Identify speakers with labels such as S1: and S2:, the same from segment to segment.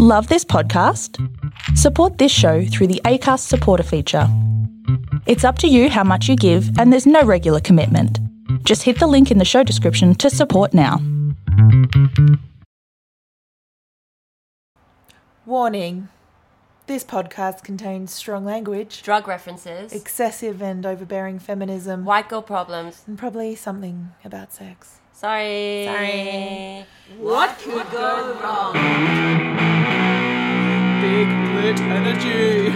S1: Love this podcast? Support this show through the ACAST supporter feature. It's up to you how much you give, and there's no regular commitment. Just hit the link in the show description to support now.
S2: Warning this podcast contains strong language,
S3: drug references,
S2: excessive and overbearing feminism,
S3: white girl problems.
S2: and probably something about sex.
S3: Sorry.
S2: Sorry.
S3: What could go wrong?
S4: Big Brit Energy.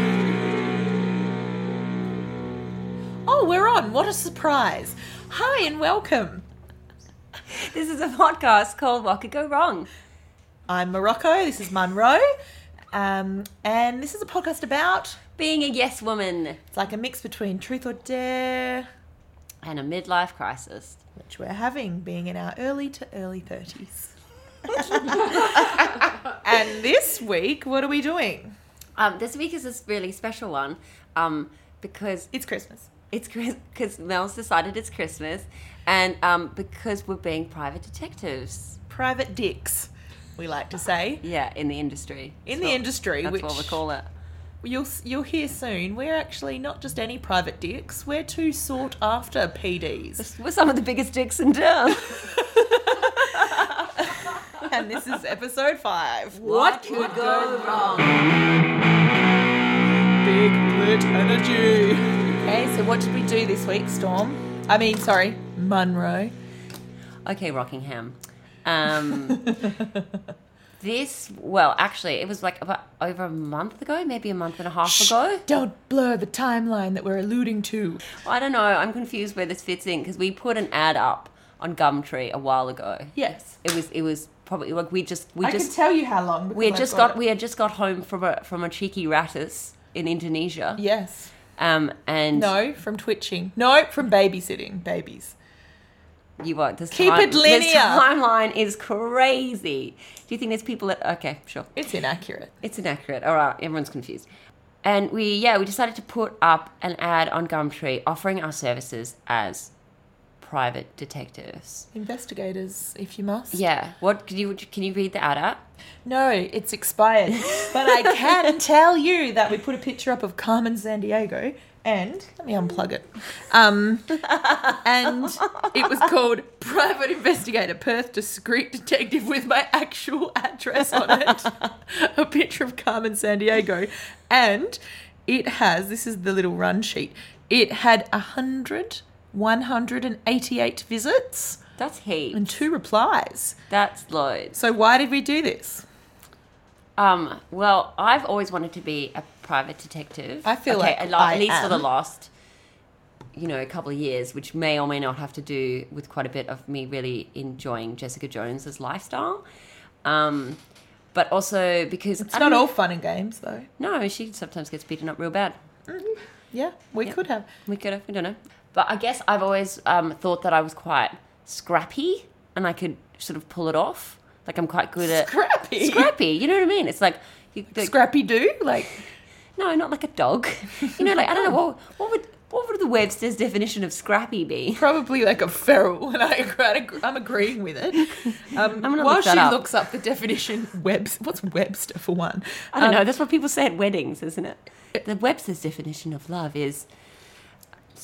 S2: Oh, we're on. What a surprise. Hi and welcome.
S3: This is a podcast called What Could Go Wrong.
S2: I'm Morocco. This is Munro. Um, and this is a podcast about
S3: Being a yes woman
S2: it's like a mix between truth or dare,
S3: and a midlife crisis.
S2: which we're having being in our early to early 30s. and this week, what are we doing?
S3: Um, this week is a really special one um, because
S2: It's Christmas.
S3: it's because Mel's decided it's Christmas and um, because we're being private detectives.
S2: Private dicks, we like to say.
S3: Yeah, in the industry.
S2: In
S3: That's
S2: the
S3: what-
S2: industry,
S3: That's
S2: which
S3: what we call it.
S2: You'll you'll hear soon. We're actually not just any private dicks. We're two sought after PDs,
S3: We're some of the biggest dicks in town.
S2: and this is episode five.
S3: what could go wrong?
S4: Big Brit Energy.
S2: Okay, so what did we do this week, Storm? I mean, sorry, Munro.
S3: Okay, Rockingham. Um, this, well, actually, it was like about over a month ago, maybe a month and a half ago.
S2: Don't blur the timeline that we're alluding to.
S3: I don't know. I'm confused where this fits in because we put an ad up on Gumtree a while ago.
S2: Yes,
S3: It was. It was probably like we just we
S2: I can
S3: just
S2: tell you how long.
S3: we had
S2: because
S3: just
S2: I've
S3: got,
S2: it.
S3: we had just got home from a from a cheeky ratus in Indonesia.
S2: yes.
S3: Um, and
S2: No, from twitching. No, from babysitting babies.
S3: you what? This
S2: Keep
S3: time-
S2: it linear.
S3: This timeline is crazy. Do you think there's people that? Okay, sure.
S2: It's inaccurate.
S3: It's inaccurate. All right, everyone's confused. And we, yeah, we decided to put up an ad on Gumtree offering our services as private detectives.
S2: Investigators, if you must.
S3: Yeah. What can you can you read the ad out?
S2: No, it's expired. But I can tell you that we put a picture up of Carmen San Diego and let me unplug it. Um, and it was called Private Investigator Perth Discreet Detective with my actual address on it. a picture of Carmen San Diego. And it has this is the little run sheet. It had a hundred. 188 visits
S3: That's heat.
S2: and two replies.
S3: That's loads.
S2: So, why did we do this?
S3: Um. Well, I've always wanted to be a private detective.
S2: I feel
S3: okay,
S2: like
S3: a lot-
S2: I
S3: at least for the
S2: am.
S3: last, you know, couple of years, which may or may not have to do with quite a bit of me really enjoying Jessica Jones's lifestyle. Um, but also because
S2: It's not all fun and games, though.
S3: No, she sometimes gets beaten up real bad.
S2: Yeah, we could have.
S3: We could have, we don't know. But I guess I've always um, thought that I was quite scrappy and I could sort of pull it off. Like I'm quite good at
S2: Scrappy.
S3: scrappy. You know what I mean? It's like you, the,
S2: Scrappy do? Like,
S3: no, not like a dog. You know, like I don't know what what would what would the Webster's definition of scrappy be?
S2: probably like a feral, and I, agree- I'm agreeing with it. Um,
S3: gonna
S2: while
S3: look that
S2: she
S3: up.
S2: looks up the definition, Webs- what's Webster for one?
S3: I don't know. That's what people say at weddings, isn't it? The Webster's definition of love is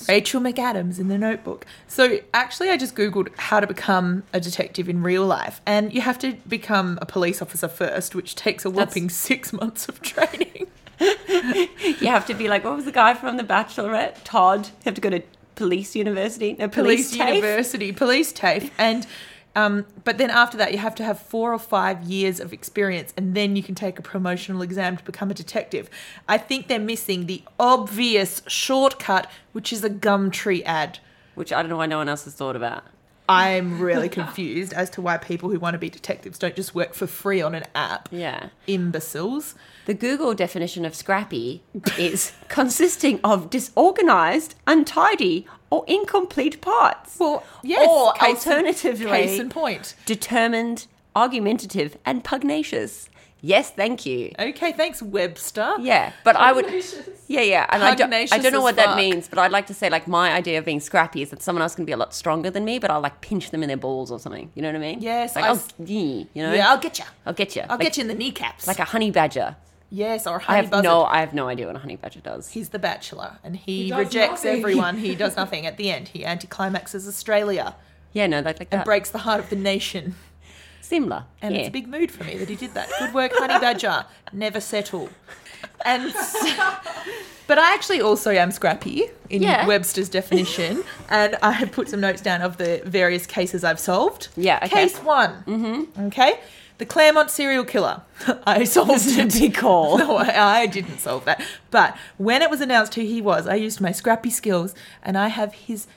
S2: Rachel McAdams in the notebook. So, actually, I just Googled how to become a detective in real life, and you have to become a police officer first, which takes a whopping six months of training.
S3: you have to be like what was the guy from The Bachelorette? Todd. You have to go to police university. No, police,
S2: police
S3: TAFE.
S2: university, police TAFE, and um, but then after that you have to have four or five years of experience, and then you can take a promotional exam to become a detective. I think they're missing the obvious shortcut, which is a Gumtree ad.
S3: which I don't know why no one else has thought about.
S2: I'm really confused as to why people who want to be detectives don't just work for free on an app.
S3: Yeah.
S2: Imbeciles.
S3: The Google definition of scrappy is consisting of disorganized, untidy, or incomplete parts.
S2: Well, yes.
S3: Or
S2: case in-
S3: alternatively,
S2: case in point.
S3: determined, argumentative, and pugnacious. Yes, thank you.
S2: Okay, thanks, Webster.
S3: Yeah, but I would. Yeah, yeah, and I don't, I
S2: Pugnacious
S3: don't know
S2: as
S3: what that
S2: fuck.
S3: means, but I'd like to say like my idea of being scrappy is that someone else can be a lot stronger than me, but I'll like pinch them in their balls or something. You know what I mean?
S2: Yes,
S3: like
S2: I
S3: I'll,
S2: s-
S3: you know,
S2: Yeah, I'll get you.
S3: I'll get you.
S2: I'll get you in the kneecaps.
S3: like a honey badger.
S2: yes, or honey
S3: I have
S2: buzzard.
S3: no, I have no idea what a honey badger does.
S2: He's the bachelor, and he,
S5: does
S2: rejects
S5: nothing.
S2: everyone. He does nothing. At the end, he anticlimaxes Australia
S3: Yeah, no, like like
S2: and
S3: that.
S2: breaks the heart of the nation.
S3: Similar.
S2: And
S3: yeah.
S2: it's a big mood for me that he did that. Good work, Honey Badger. Never settle. And s- but I actually also am scrappy in
S3: Yeah.
S2: Webster's definition, and I have put some notes down of the various cases I've solved.
S3: Yeah, okay.
S2: Case one. Mm-hmm. Okay. The Claremont serial killer. I solved it. Big call. No, I, I didn't solve that. But when it was announced who he was, I used my scrappy skills, and I have his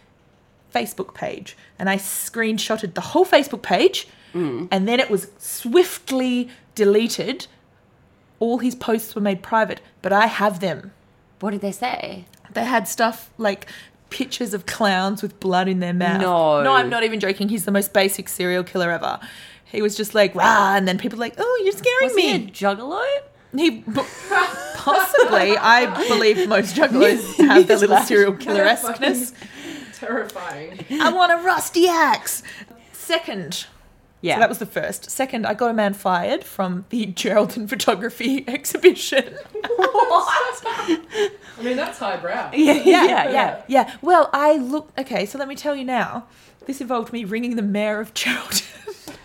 S2: Facebook page and I screenshotted the whole Facebook page and then it was swiftly deleted. All his posts were made private, but I have them.
S3: What did they say?
S2: They had stuff like pictures of clowns with blood in their mouth.
S3: No.
S2: No, I'm not even joking. He's the most basic serial killer ever. He was just like, rah, and then people were like, oh, you're scaring
S3: Was he a
S2: me.
S3: juggalo?
S2: He, b- possibly, I believe most jugglers have their little serial killer esqueness.
S5: Terrifying.
S2: I want a rusty axe. Second,
S3: Yeah,
S2: So that was the first. Second, I got a man fired from the Geraldton photography exhibition.
S5: I mean, that's highbrow.
S3: yeah, yeah, yeah,
S2: yeah. Well, I look. Okay, so let me tell you now. This involved me ringing the mayor of Geraldton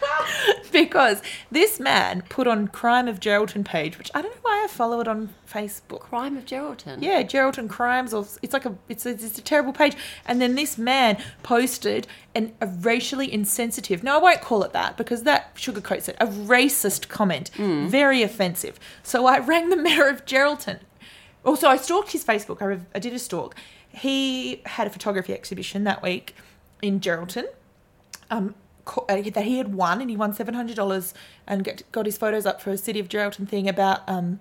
S2: because this man put on Crime of Geraldton page, which I don't know why I follow it on Facebook.
S3: Crime of Geraldton.
S2: Yeah, Geraldton crimes, or it's like a it's a, it's a terrible page. And then this man posted an a racially insensitive. No, I won't call it that because that sugarcoats it. A racist comment, very offensive. So I rang the mayor of Geraldton. Also, I stalked his Facebook. I, rev- I did a stalk. He had a photography exhibition that week in Geraldton um, co- uh, that he had won, and he won seven hundred dollars and get, got his photos up for a City of Geraldton thing about, um,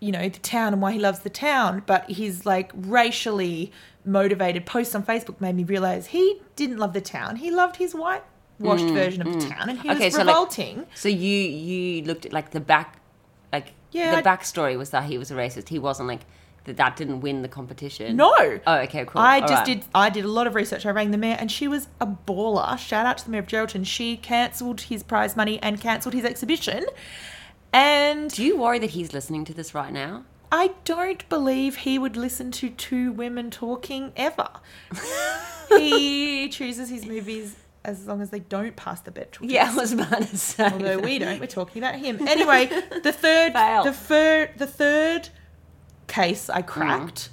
S2: you know, the town and why he loves the town. But his like racially motivated posts on Facebook made me realize he didn't love the town. He loved his whitewashed version of the town, and he
S3: Mm, Okay,
S2: was
S3: so, like-
S2: revolting.
S3: So you you looked at like the back, like
S2: Yeah,
S3: the
S2: I-
S3: backstory was that he was a racist. He wasn't like that. That didn't win the competition.
S2: no.
S3: Oh, okay, cool.
S2: I
S3: All
S2: just
S3: right.
S2: did. I did a lot of research. I rang the mayor, and she was a baller. Shout out to the mayor of Geraldton. She cancelled his prize money and cancelled his exhibition. And
S3: Do you worry that he's listening to this right now?
S2: I don't believe he would listen to two women talking ever. he chooses his movies as long as they don't pass the bed.
S3: Yeah, I was about to say.
S2: Although we don't, we're talking about him. Anyway, the third
S3: Fail. Mm.
S2: the third the third case I cracked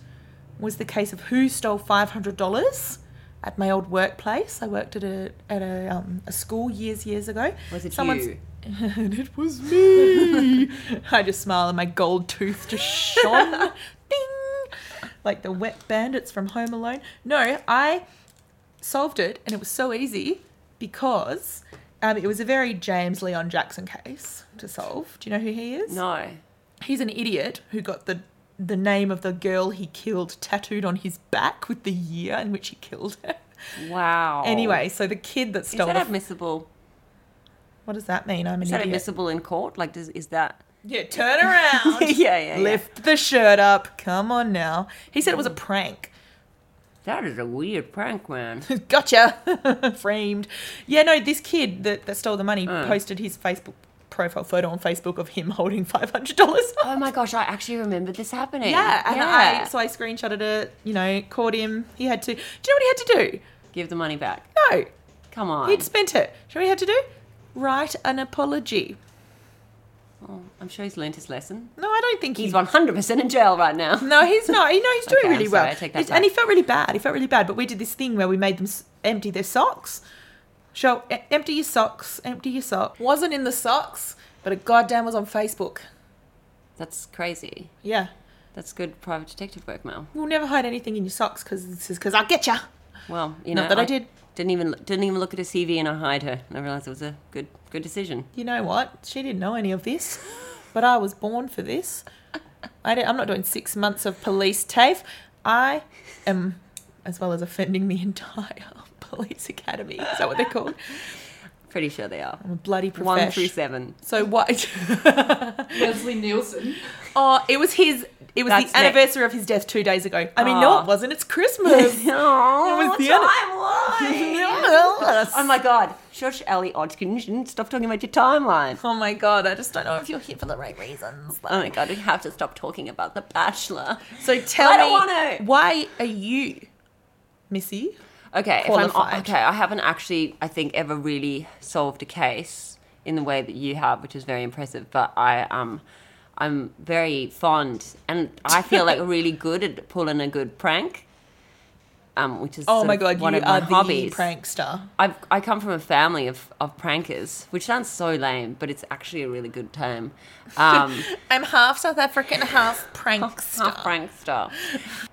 S2: was the case of who stole five hundred dollars at my old workplace. I worked at a at a, um, a school years years ago.
S3: Was it you?
S2: and it was me. I just smile and my gold tooth just shone. Ding! Like the wet bandits from Home Alone. No, I solved it and it was so easy because um, it was a very James Leon Jackson case to solve. Do you know who he is?
S3: No.
S2: He's an idiot who got the the name of the girl he killed tattooed on his back with the year in which he killed her.
S3: Wow.
S2: Anyway, so the kid that
S3: Oh. is
S2: stole
S3: that
S2: the f-
S3: admissible?
S2: what does that mean? I'm an
S3: Is that
S2: idiot.
S3: admissible in court? Like, does is that?
S2: yeah, turn around.
S3: yeah, yeah, yeah.
S2: Lift the shirt up. Come on now. He said it was a prank.
S3: That is a weird prank, man.
S2: gotcha. Framed. Yeah, no, this kid that, that stole the money
S3: Mm.
S2: posted his Facebook profile photo on Facebook of him holding $500.
S3: oh my gosh, I actually remember this happening.
S2: yeah, and
S3: yeah.
S2: I, so I screenshotted it, you know, caught him. He had to, do you know what he had to do?
S3: Give the money back.
S2: No,
S3: Come on.
S2: he'd spent it. Do you know what he had to do? Write an apology.
S3: Oh, I'm sure he's learned his lesson.
S2: No, I don't think
S3: He's
S2: he's.
S3: 100% in jail right now.
S2: No, he's not. He, no, he's doing
S3: Okay, I'm
S2: really
S3: sorry,
S2: well.
S3: I take that
S2: He's- and
S3: back.
S2: he felt really bad. He felt really bad. But we did this thing where we made them s- empty their socks. Show e- empty your socks. Empty your socks. Wasn't in the socks, but it goddamn was on Facebook.
S3: That's crazy.
S2: Yeah,
S3: That's good private detective work, Mel.
S2: we'll never hide anything in your socks because this is because I'll get ya.
S3: Well, you know,
S2: Not that I did.
S3: Didn't even didn't even look at her CV and I hired her. And I realized it was a good good decision.
S2: You know what? She didn't know any of this, but I was born for this. I don't, I'm not doing six months of police TAFE. I am, as well as offending the entire police academy. Is that what they're called?
S3: Pretty sure they are.
S2: I'm a bloody profesh.
S3: One through seven.
S2: So what?
S5: Leslie Nielsen.
S2: oh, it was his. It was
S3: That's Ah.
S2: the anniversary of his death two days ago. I mean, no,
S3: Aw.
S2: it wasn't. It's Christmas.
S3: Oh,
S2: With the other-
S3: Oh my god, shush, Ellie Hodgkin, stop talking about your timeline.
S2: Oh my god, I just don't know if you're here for the right reasons.
S3: Oh my god, we have to stop talking about The Bachelor.
S2: So tell
S3: I
S2: me,
S3: don't wanna.
S2: why are you, Missy?
S3: Okay, if I'm,
S2: Qualified.
S3: okay, I haven't actually, I think, ever really solved a case in the way that you have, which is very impressive. But I, um, I'm very fond, and I feel like really good at pulling a good prank. Um, which is
S2: Oh
S3: sort
S2: my
S3: of
S2: god,
S3: one
S2: you
S3: of my
S2: are
S3: hobbies.
S2: the prankster.
S3: I've, I come from a family of, of prankers, which sounds so lame, but it's actually a really good term. Um,
S2: I'm half South African, half prankster.
S3: half prankster.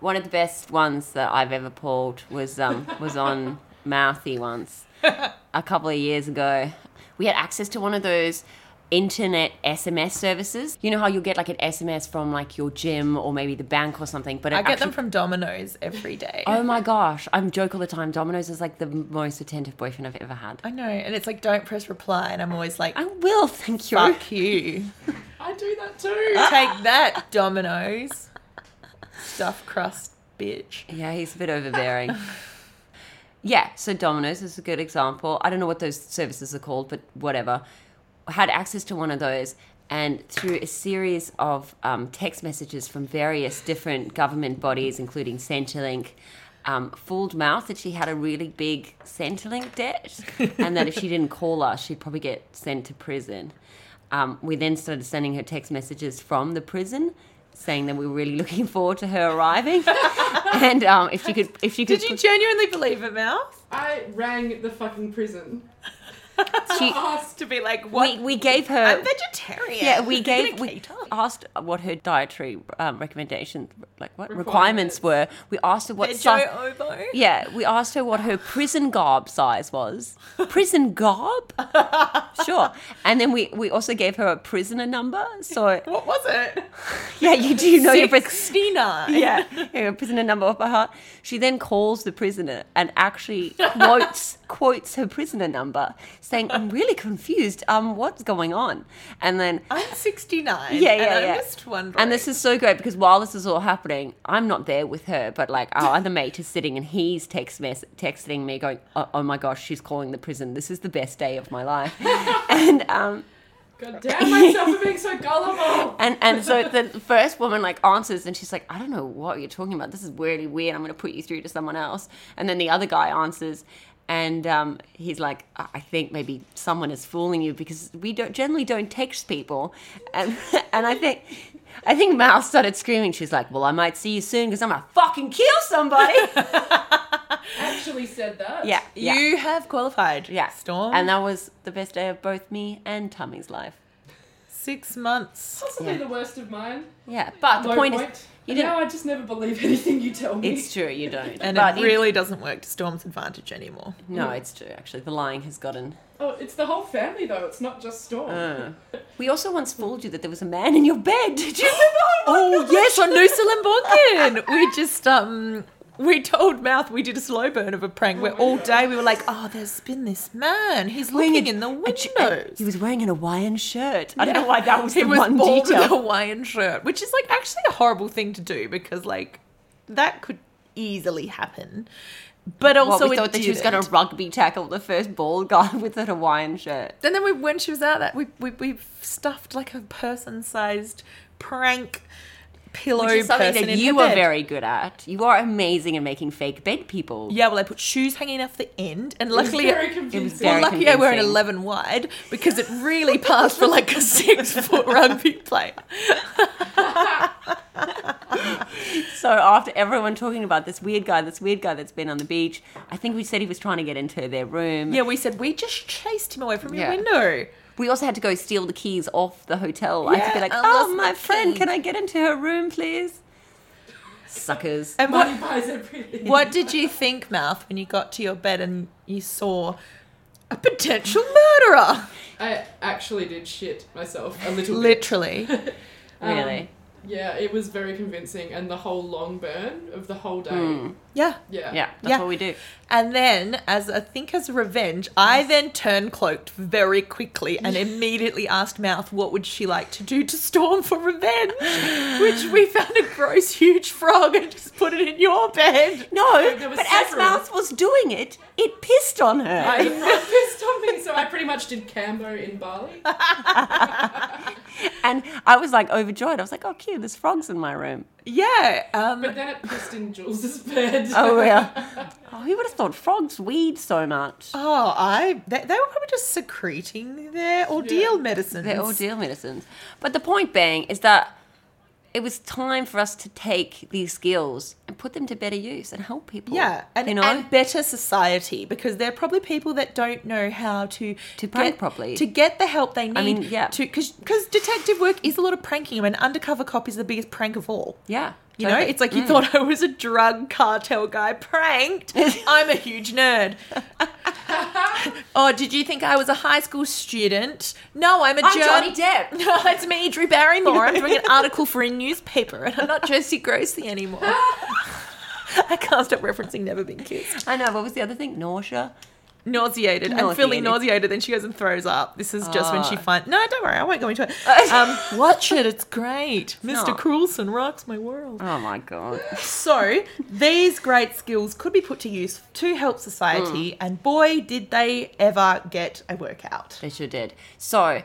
S3: One of the best ones that I've ever pulled was um, was on Mouthy once a couple of years ago. We had access to one of those internet SMS services. You know how you'll get like an SMS from like your gym or maybe the bank or something, but it
S2: I get
S3: actually-
S2: them from Domino's every day.
S3: Oh my gosh, I'm joke all the time. Domino's is like the most attentive boyfriend I've ever had.
S2: I know, and it's like don't press reply, and I'm always like,
S3: I will, thank you.
S2: fuck you.
S5: I do that too.
S2: Take that, Domino's. Stuff crust, bitch.
S3: Yeah, he's a bit overbearing. yeah, so Domino's is a good example. I don't know what those services are called, but whatever. Had access to one of those, and through a series of um, text messages from various different government bodies, including Centrelink, um, fooled Mouth that she had a really big Centrelink debt, and that if she didn't call us, she'd probably get sent to prison. Um, we then started sending her text messages from the prison, saying that we were really looking forward to her arriving, and um, if she could, if she could,
S2: Did you genuinely believe it, Mouth?
S5: I rang the fucking prison.
S3: she-
S5: Asked
S2: To be like, what?
S3: we, we gave her.
S2: I'm vegetarian.
S3: yeah, we
S2: You're gonna
S3: gave we
S2: cater?
S3: asked what her dietary um, recommendations, like what requirements
S5: Requirements.
S3: were. We asked her what si-
S2: Vejo oboe.
S3: Oh, Yeah, we asked her what her prison garb size was. Prison garb? sure. And then we, we also gave her a prisoner number. So
S2: What was it?
S3: yeah, you do know your pris-
S2: 69.
S3: yeah, yeah, prisoner number off by heart. She then calls the prisoner and actually quotes quotes her prisoner number, saying, "I'm really confused. Um, what's going on?" And then
S2: I'm 69.
S3: yeah, yeah,
S2: and
S3: yeah.
S2: I'm just wondering.
S3: And this is so great because while this is all happening, I'm not there with her, but like our other mate is sitting and he's text mess- texting me, going, oh, "Oh my gosh, she's calling the prison. This is the best day of my life." and um,
S5: God damn myself for being so gullible.
S3: and and so the first woman like answers and she's like, I don't know what you're talking about. This is really weird. I'm going to put you through to someone else. And then the other guy answers. And um, he's like, I I think maybe someone is fooling you because we don't generally don't text people, and and I think I think Mouse started screaming. She's like, "Well, I might see you soon because I'm gonna fucking kill somebody."
S5: Actually said that.
S3: yeah, yeah,
S2: You have qualified.
S3: yeah.
S2: Storm.
S3: and that was the best day of both me and Tummy's life.
S2: six months.
S5: Possibly
S3: Yeah.
S5: the worst of mine.
S3: Yeah, but the
S5: Low
S3: point,
S5: point.
S3: is, you
S5: And
S3: didn't.
S5: now I just never believe anything you tell me.
S3: It's true, you don't.
S2: And
S3: but
S2: it
S3: you-
S2: really doesn't work to Storm's advantage anymore.
S3: No, it's true. Actually, the lying has gotten.
S5: oh, it's the whole family though. It's not just Storm.
S3: Uh, We also once fooled you that there was a man in your bed. Did you remember?
S2: Oh, yes, on Noosa Bonkin. we just, um, we told Mouth we did a slow burn of a prank where all day we were like, oh, there's been this man. He's looking in the
S3: And-
S2: windows.
S3: and He was wearing an Hawaiian shirt. I don't know why that was
S2: he
S3: the
S2: was
S3: one
S2: bald with a
S3: detail.
S2: Hawaiian shirt, which is like actually a horrible thing to do because like that could easily happen. But also,
S3: Well, we
S2: it
S3: thought that she was going
S2: didn't.
S3: to rugby tackle the first bald guy with a Hawaiian shirt.
S2: And then we, when she was out, that we we, we stuffed like a person-sized prank pillow
S3: Which is something
S2: person
S3: that
S2: in
S3: you
S2: her
S3: are
S2: bed.
S3: very good at. You are amazing at making fake bed people.
S2: yeah. Well, I put shoes hanging off the end, and
S5: It's
S2: luckily.
S5: very
S2: It,
S5: confusing.
S3: very-
S2: well, lucky I were an
S3: convincing.
S2: 11 wide because it really passed for like a six foot rugby player.
S3: So after everyone talking about this weird guy, this weird guy that's been on the beach, I think we said he was trying to get into their room.
S2: Yeah, we said we just chased him away from
S3: Yeah.
S2: your window.
S3: We also had to go steal the keys off the hotel. I had to be
S2: Yeah,
S3: like,
S2: I
S3: oh,
S2: lost
S3: my
S2: my
S3: friend,
S2: key."
S3: can I get into her room, please? Um, Suckers.
S2: And what
S5: Money buys everything.
S2: What did you think, Mouth, when you got to your bed and you saw a potential murderer?
S5: I actually did shit myself a little bit.
S2: Literally.
S5: Um,
S3: Really?
S5: Yeah, it was very convincing, and the whole long burn of the whole day.
S2: Yeah.
S5: Yeah.
S3: Hmm. Yeah, that's
S2: Yeah.
S3: what we do.
S2: And then, as I think as revenge, I then turned cloaked very quickly and immediately asked Mouth what would she like to do to Storm for revenge, which we found a gross, huge frog and just put it in your bed.
S3: No,
S5: there was
S3: but as
S5: several.
S3: Mouse was doing it, it pissed on her.
S5: I got pissed on me, so I pretty much did Cambo in Bali.
S3: And I was like overjoyed. I was like, oh, cute, there's frogs in my room.
S2: Yeah.
S5: But
S2: Um,
S5: then it pissed in Jules's bed.
S3: Oh, yeah. oh, who would have thought frogs weed so much?
S2: oh, I they, they were probably just secreting their ordeal medicines.
S3: They're all deal medicines. But the point being is that it was time for us to take these skills and put them to better use and help people.
S2: Yeah, and,
S3: you know,
S2: and better society because they're probably people that don't know how to
S3: To prank properly.
S2: to get the help they need.
S3: mean, yeah.
S2: to because detective work is a lot of pranking. I mean, undercover cop is the biggest prank of all.
S3: yeah.
S2: You know,
S3: totally. Mm.
S2: it's like you thought I was a drug cartel guy pranked. I'm a huge nerd. oh, did you think I was a high school student? No, I'm a
S3: I'm
S2: jour-
S3: Johnny Depp.
S2: No, it's me, Drew Barrymore. I'm doing an article for a newspaper, and I'm not Josie Grossi anymore. I can't stop referencing Never Been Kissed.
S3: I know. What was the other thing? Nausea.
S2: Nauseated. I'm feeling
S3: Nauseated.
S2: nauseated. Then she goes and throws up. This is just when she
S3: Oh.
S2: finds. No, don't worry. I won't go into it. Um, watch it. It's great. Mr.
S3: not.
S2: Coulson rocks my world.
S3: Oh my god.
S2: So these great skills could be put to use to help society, and boy, did they ever get a workout.
S3: They sure did. So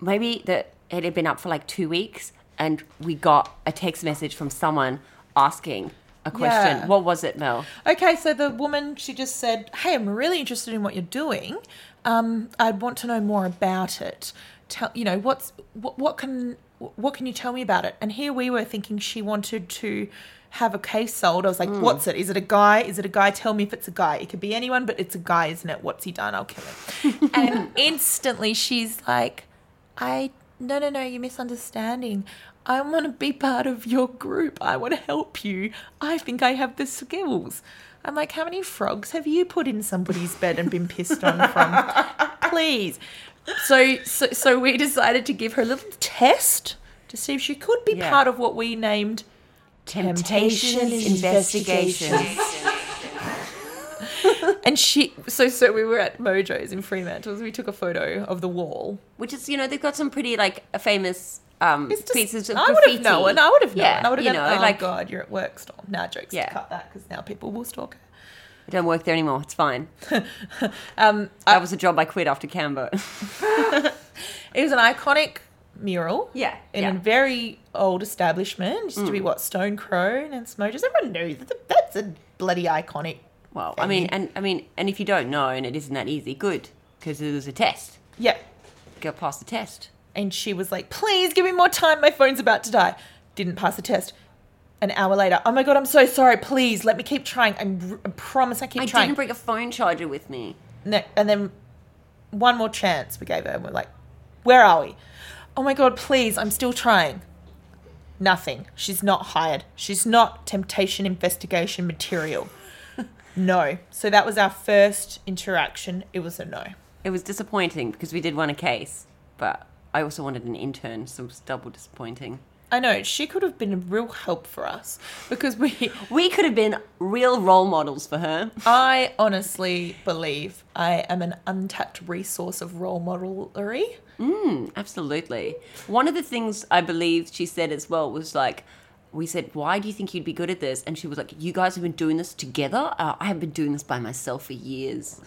S3: maybe that it had been up for like two weeks, and we got a text message from someone asking a question.
S2: Yeah.
S3: What was it, Mel?
S2: Okay, so the woman she just said, "Hey, I'm really interested in what you're doing. Um, I'd want to know more about it. Tell you know what's what, what can what can you tell me about it?" And here we were thinking she wanted to have a case sold. I was like, "What's it? Is it a guy? Is it a guy? Tell me if it's a guy. It could be anyone, but it's a guy, isn't it? What's he done? I'll kill him." and instantly she's like, "I no no no, you're misunderstanding." I want to be part of your group. I want to help you. I think I have the skills. I'm like, how many frogs have you put in somebody's bed and been pissed on from? Please. So, so, so we decided to give her a little test to see if she could be
S3: Yeah.
S2: part of what we named. Temptations
S3: investigations.
S2: And she, so, so we were at Mojo's in Fremantle's. We took a photo of the wall.
S3: Which is, you know, they've got some pretty like famous um,
S2: It's just-
S3: pieces of
S2: I would
S3: graffiti.
S2: have known. I would have known.
S3: Yeah,
S2: I would have
S3: you
S2: known.
S3: know,
S2: oh
S3: like
S2: God, you're at work, Storm. Now nah, jokes.
S3: Yeah.
S2: cut that because now people will stalk her.
S3: I don't work there anymore. It's fine.
S2: Um,
S3: That was a job I quit after Cambo.
S2: It was an iconic mural.
S3: Yeah,
S2: In
S3: yeah. Mm.
S2: a very old establishment. It used to be what, Stone Crow and Smojers. Everyone knew that that's a bloody iconic.
S3: well, I mean, and I mean, and if you don't know, and it isn't that easy, good, because it was a test.
S2: Yeah.
S3: Go past the test.
S2: And she was like, please give me more time. My phone's about to die. Didn't pass the test. An hour later, oh my God, I'm so sorry. Please let me keep trying. I'm, r- I promise I keep
S3: I
S2: trying.
S3: didn't bring a phone charger with me.
S2: Ne- and then one more chance we gave her and we're like where are we oh my god please i'm still trying nothing she's not hired she's not temptation investigation material no so that was our first interaction it was a no
S3: It was disappointing because we did want a case, but I also wanted an intern, so it was double disappointing.
S2: i know she could have been a real help for us because we
S3: We could have been real role models for her.
S2: i honestly believe i am an untapped resource of role modelery
S3: Absolutely. One of the things I believe she said as well was like, we said, why do you think you'd be good at this? And she was like, you guys have been doing this together? Uh, I have been doing this by myself for years.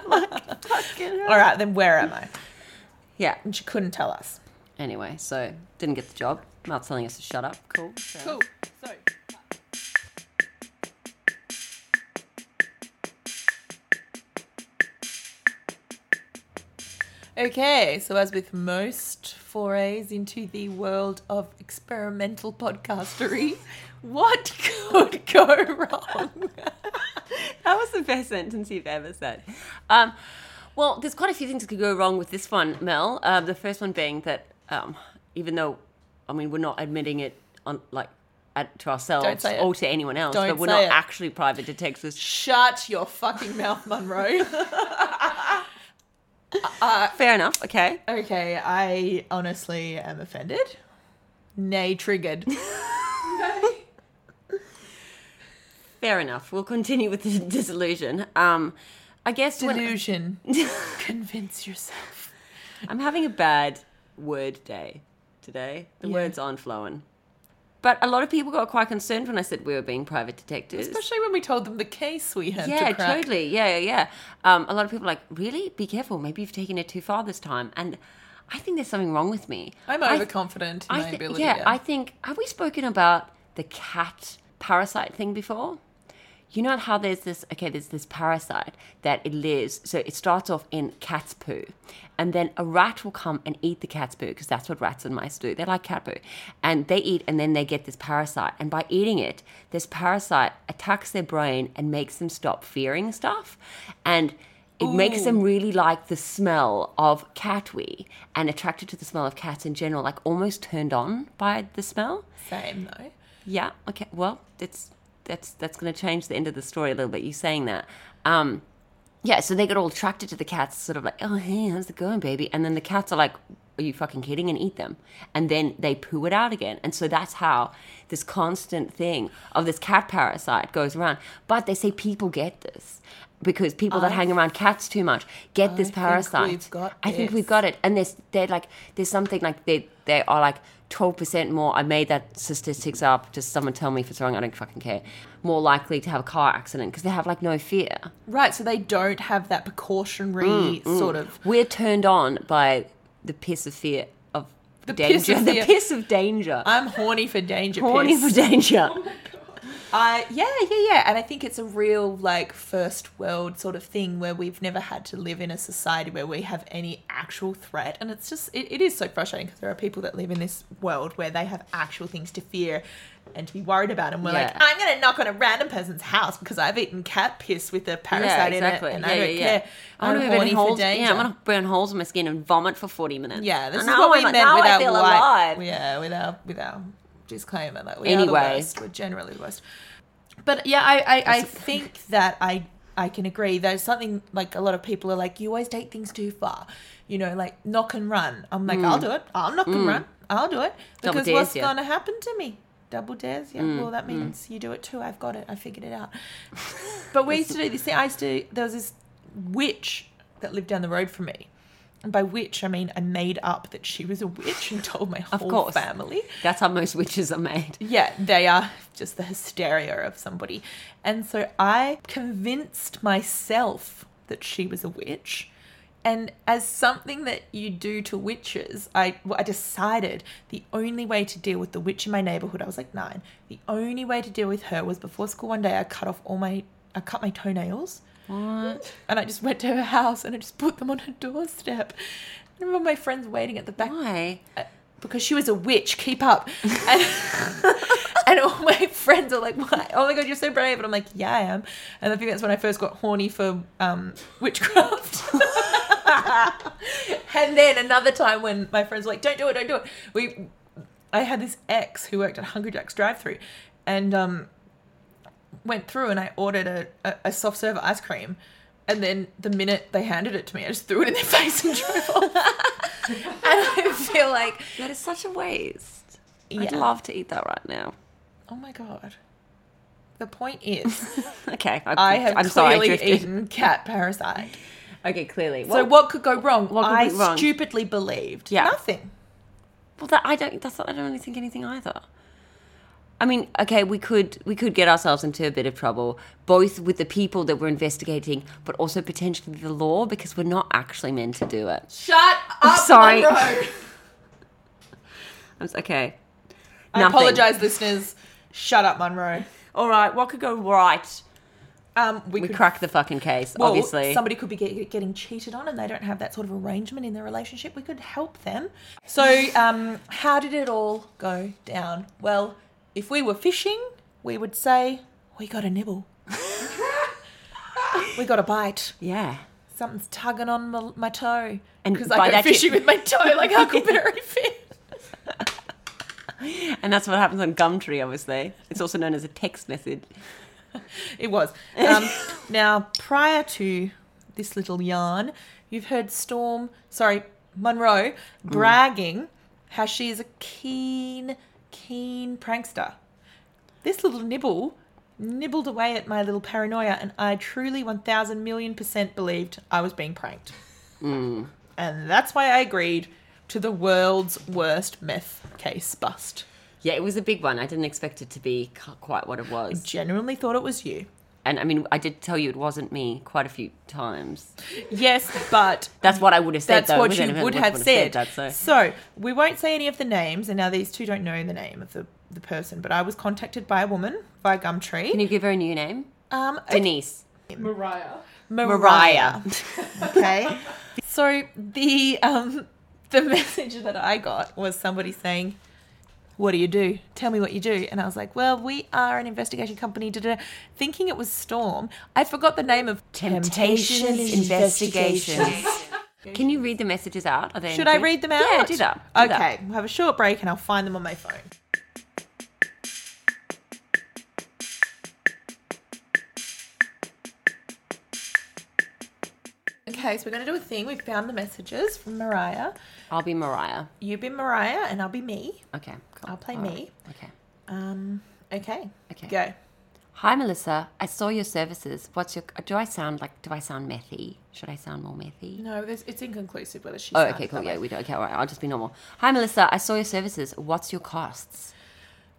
S2: all right then where am i
S3: Yeah.
S2: and she couldn't tell us
S3: Anyway, so didn't get the job. Mark's telling us to shut up. Cool.
S2: cool so Okay, so as with most forays into the world of experimental podcastery, what could go wrong?
S3: That was the best sentence you've ever said. Um, well, there's quite a few things that could go wrong with this one, Mel. Um, the first one being that um, even though, I mean, we're not admitting it on like at, to ourselves
S2: say it.
S3: or to anyone else,
S2: Don't
S3: but we're
S2: say
S3: not
S2: it.
S3: actually private detectives.
S2: Shut your fucking mouth, Monroe.
S3: Fair enough. Okay.
S2: Uh, okay, I honestly am offended. Nay, triggered.
S3: Fair enough. We'll continue with the disillusion. Um, I guess when-
S2: Delusion. Convince yourself.
S3: I'm having a bad word day today. The words aren't flowing. But a lot of people got quite concerned when I said we were being private detectives.
S2: Especially when we told them the case we had
S3: yeah,
S2: to crack.
S3: totally. Yeah, yeah, yeah. Um, a lot of people are like, really? Be careful. Maybe you've taken it too far this time. And I think there's something wrong with me.
S2: I'm
S3: I-
S2: overconfident in
S3: I
S2: my
S3: thi-
S2: ability.
S3: yeah, I think have we spoken about the cat parasite thing before? You know how there's this okay, there's this parasite that it lives. So it starts off in cat's poo, and then a rat will come and eat the cat's poo because that's what rats and mice do. They like cat poo, and they eat, and then they get this parasite. And by eating it, this parasite attacks their brain and makes them stop fearing stuff, and it makes them really like the smell of cat wee and attracted to the smell of cats in general, like almost turned on by the smell.
S2: Same though.
S3: Yeah. Okay. Well, that's that's that's going to change the end of the story a little bit. You saying that? Um, yeah. So they got all attracted to the cats, sort of like, oh, hey, how's it going, baby? And then the cats are like, are you fucking kidding? And eat them, and then they poo it out again. And so that's how this constant thing of this cat parasite goes around. But they say people get this. Because people that hang around cats too much get this
S2: I think
S3: parasite.
S2: we've got
S3: I think
S2: this.
S3: we've got it. And there's they're like there's something like they they are like twelve percent more. I made that statistics up. Just someone tell me if it's wrong. I don't fucking care. More likely to have a car accident because they have like no fear.
S2: Right, so they don't have that precautionary
S3: Mm,
S2: sort of
S3: We're turned on by the piss of fear of
S2: The piss
S3: danger.
S2: of
S3: the
S2: fear.
S3: piss of danger.
S2: I'm horny for danger.
S3: Horny
S2: piss.
S3: for danger.
S2: I Uh, yeah, yeah, yeah. And I think it's a real like first world sort of thing where we've never had to live in a society where we have any actual threat. And it's just it, it is so frustrating because there are people that live in this world where they have actual things to fear and to be worried about. And we're like,
S3: Yeah.
S2: I'm gonna knock on a random person's house because I've eaten cat piss with a parasite in it, and I don't care.
S3: I
S2: I'm
S3: want to be
S2: horny
S3: burning
S2: for
S3: holes. Yeah,
S2: danger.
S3: I want to burn holes in my skin and vomit for forty minutes.
S2: Yeah, this
S3: And
S2: is
S3: now
S2: what we
S3: I'm like,
S2: meant
S3: now
S2: with
S3: I
S2: our
S3: feel
S2: white.
S3: alive.
S2: Yeah, with our with our disclaimer that we are the
S3: Anyway.
S2: worst. We're generally the worst. But yeah, I I, I think that I I can agree. There's something like a lot of people are like, you always take things too far. You know, like knock and run. I'm like, I'll do it. I'll knock and run. I'll do it
S3: Mm. Double
S2: because
S3: dares Mm,
S2: what's
S3: you.
S2: gonna happen to me? Double dares, yeah. Well, that means you do it too. I've got it. I figured it out. But we used to do this thing. I used to. There was this witch that lived down the road from me. And by witch, I mean I made up that she was a witch and told my
S3: Of
S2: whole
S3: course.
S2: family.
S3: That's how most witches are made.
S2: Yeah, they are just the hysteria of somebody. And so I convinced myself that she was a witch. And as something that you do to witches, I, well, I decided the only way to deal with the witch in my neighborhood, I was like nine, the only way to deal with her was before school one day, I cut off all my, I cut my toenails. What? And I just went to her house and I just put them on her doorstep. I remember my friends waiting at the back
S3: Why?
S2: because she was a witch. Keep up. And, and all my friends are like, "Why? Oh my god, you're so brave!" And I'm like, "Yeah, I am." And I think that's when I first got horny for um, witchcraft. and then another time when my friends were like, "Don't do it! Don't do it!" We, I had this ex who worked at Hungry Jack's drive-through, and um, went through and I ordered a, a, a soft serve ice cream. And then the minute they handed it to me, I just threw it in their face and drove off. and I feel like
S3: That is such a waste. I'd
S2: Yeah.
S3: love to eat that right now.
S2: Oh my god. The point is,
S3: Okay,
S2: I
S3: I,
S2: have
S3: I'm sorry. I
S2: clearly
S3: drifted.
S2: eaten cat parasite.
S3: Okay, clearly.
S2: so
S3: Well,
S2: what could go wrong?
S3: what could
S2: I
S3: be wrong?
S2: stupidly believed
S3: Yeah.
S2: nothing.
S3: well, that I don't. That's not, I don't really think anything either. I mean, okay, we could we could get ourselves into a bit of trouble, both with the people that we're investigating, but also potentially the law because we're not actually meant to do it.
S2: Shut up,
S3: sorry.
S2: Monroe.
S3: I'm s- okay.
S2: I
S3: Nothing.
S2: apologize, listeners. Shut up, Monroe.
S3: All right, what could go right?
S2: Um, we,
S3: We
S2: could,
S3: crack the fucking case,
S2: well,
S3: obviously.
S2: somebody could be get, getting cheated on, and they don't have that sort of arrangement in their relationship. We could help them. So, um, how did it all go down? Well, if we were fishing, we would say we got a nibble, we got a bite.
S3: yeah.
S2: something's tugging on my, my toe.
S3: And
S2: Because
S3: by
S2: I go
S3: that you-
S2: fishing with my toe like Huckleberry Finn.
S3: And that's what happens on Gumtree, obviously. It's also known as a text message.
S2: It was. Um, now, prior to this little yarn, you've heard Storm, sorry, Monroe, bragging how she is a keen keen prankster. This little nibble nibbled away at my little paranoia, and I truly 1000 million percent believed I was being pranked. And that's why I agreed to the world's worst meth case bust.
S3: Yeah, it was a big one. I didn't expect it to be cu- quite what it was.
S2: Genuinely thought it was you.
S3: And I mean, I did tell you it wasn't me quite a few times.
S2: Yes, but
S3: That's what I would have said.
S2: That's
S3: though.
S2: what
S3: Wouldn't
S2: you
S3: have-
S2: would
S3: wouldn't
S2: have said.
S3: that, so.
S2: so. we won't say any of the names, and now these two don't know the name of the, the person. But I was contacted by a woman via Gumtree.
S3: Can you give her a new name?
S2: um,
S3: Denise.
S5: Mariah.
S2: Mariah. okay. So the um the message that I got was somebody saying, "What do you do? Tell me what you do." And I was like, "Well, we are an investigation company." Da, da, da." Thinking it was Storm, I forgot the name of
S3: Temptations Investigations. Can you read the messages out? Are they
S2: Should I
S3: good?
S2: read them out?
S3: Yeah, do that. do that.
S2: okay, we'll have a short break and I'll find them on my phone. Okay, so we're going to do a thing. We've found the messages from Mariah.
S3: I'll be Mariah.
S2: You be Mariah and I'll be me.
S3: Okay. Cool.
S2: I'll play
S3: All right.
S2: me.
S3: Okay.
S2: Um, okay.
S3: Okay.
S2: Go.
S3: Hi, Melissa. I saw your services. What's your? Do I sound like? Do I sound methy? Should I sound more methy?
S2: No, this, it's inconclusive whether she's.
S3: Oh, okay, cool. Yeah, we do. Okay, all right. I'll just be normal. Hi, Melissa. I saw your services. What's your costs?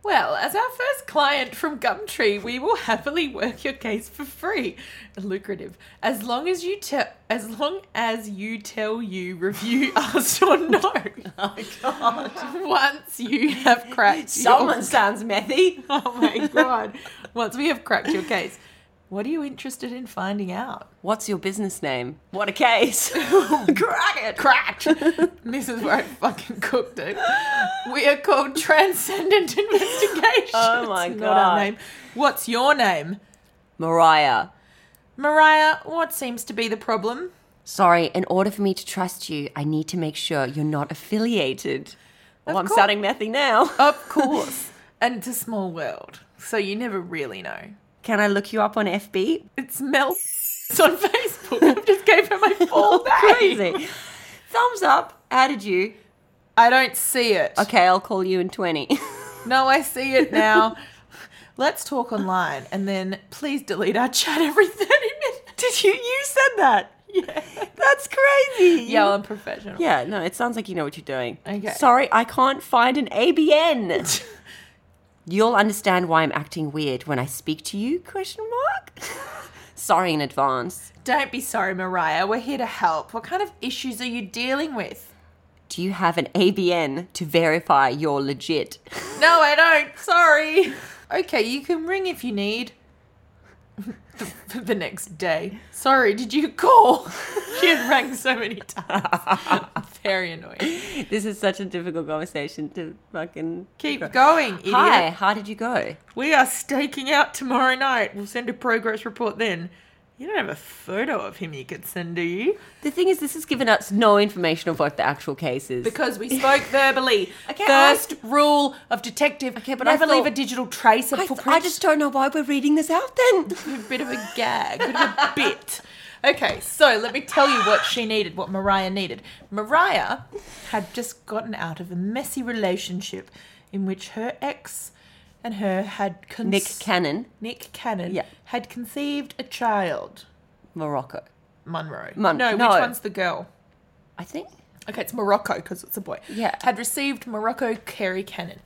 S2: Well, as our first client from Gumtree, we will happily work your case for free, lucrative, as long as you tell, as long as you tell you review us or no. Oh God! Once you have cracked, your,
S3: sounds methy.
S2: oh my God! Once we have cracked your case, what are you interested in finding out?
S3: What's your business name? What a case. Crack it. Cracked.
S2: This is where I fucking cooked it. We are called Transcendent Investigations.
S3: Oh my
S2: Not our
S3: God.
S2: name. What's your name?
S3: Mariah.
S2: Mariah, what seems to be the problem?
S3: Sorry, in order for me to trust you, I need to make sure you're not affiliated. Well, I'm
S2: course.
S3: sounding methy now.
S2: Of course. and it's a small world, so you never really know.
S3: Can I look you up on FB?
S2: It's Mel It's on Facebook. I just gave her my full name.
S3: Crazy. Thumbs up. Added you.
S2: I don't see it.
S3: Okay, I'll call you in 20.
S2: No, I see it now. Let's talk online and then please delete our chat every 30 minutes. Did you? You said that. Yeah.
S3: That's crazy.
S2: Yeah, well, I'm professional.
S3: Yeah, no, it sounds like you know what you're doing.
S2: Okay.
S3: Sorry, I can't find an ABN. You'll understand why I'm acting weird when I speak to you? Question mark. Sorry in advance.
S2: Don't be sorry, Mariah. We're here to help. What kind of issues are you dealing with?
S3: Do you have an ABN to verify you're legit?
S2: No, I don't. Sorry. Okay, you can ring if you need. the, the next day. Sorry, did you call? she had rang so many times. Very annoying.
S3: This is such a difficult conversation to fucking.
S2: Keep going, idiot.
S3: Hi, how did you go?
S2: We are staking out tomorrow night. We'll send a progress report then. You don't have a photo of him you could send, do you?
S3: The thing is, this has given us no information of what the actual case is.
S2: Because we spoke verbally.
S3: Okay,
S2: First rule of detective: okay,
S3: but I
S2: never leave
S3: thought-
S2: a digital trace of
S3: I,
S2: footprints.
S3: I just don't know why we're reading this out then.
S2: a bit of a gag, bit of a bit. Okay, so let me tell you what she needed, what Mariah needed. Mariah had just gotten out of a messy relationship in which her ex and her had con-
S3: Nick Cannon,
S2: Nick Cannon
S3: Yeah.
S2: had conceived a child.
S3: Morocco.
S2: Monroe.
S3: Mon-
S2: no,
S3: no.
S2: which one's the girl?
S3: I think.
S2: Okay, it's Morocco because it's a boy.
S3: Yeah.
S2: Had received Morocco Kerry Cannon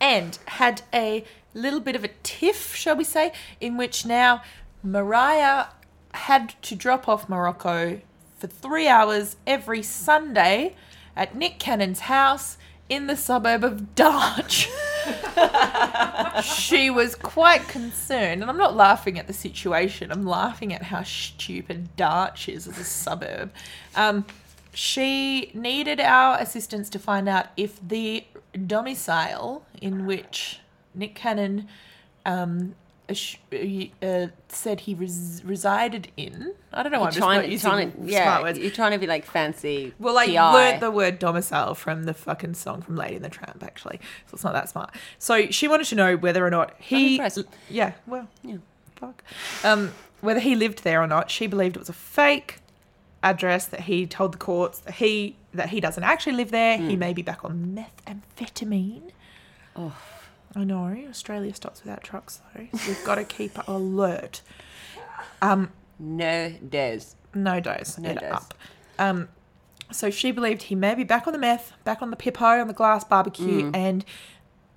S2: and had a little bit of a tiff, shall we say, in which now Mariah had to drop off Morocco for three hours every Sunday at Nick Cannon's house in the suburb of Darch. she was quite concerned, and I'm not laughing at the situation. I'm laughing at how stupid Darch is as a suburb. Um, she needed our assistance to find out if the domicile in which Nick Cannon um, ass- uh, said he res- resided in. I don't know. why I'm just not using smart words.
S3: you're trying to be like fancy.
S2: Well, I
S3: PI.
S2: learned the word domicile from the fucking song from Lady in the Tramp, actually. So it's not that smart. So she wanted to know whether or not he.
S3: impressed.
S2: Yeah, well, yeah, fuck. Um, whether he lived there or not. She believed it was a fake address that he told the Hmm. courts that he that he doesn't actually live there. He may be back on methamphetamine. I know Australia stops without trucks though. So we've got to keep alert. Um,
S3: No days.
S2: no dose.
S3: No
S2: it
S3: dose.
S2: up. Um, so she believed he may be back on the meth, back on the pipo, on the glass barbecue,
S3: Mm.
S2: and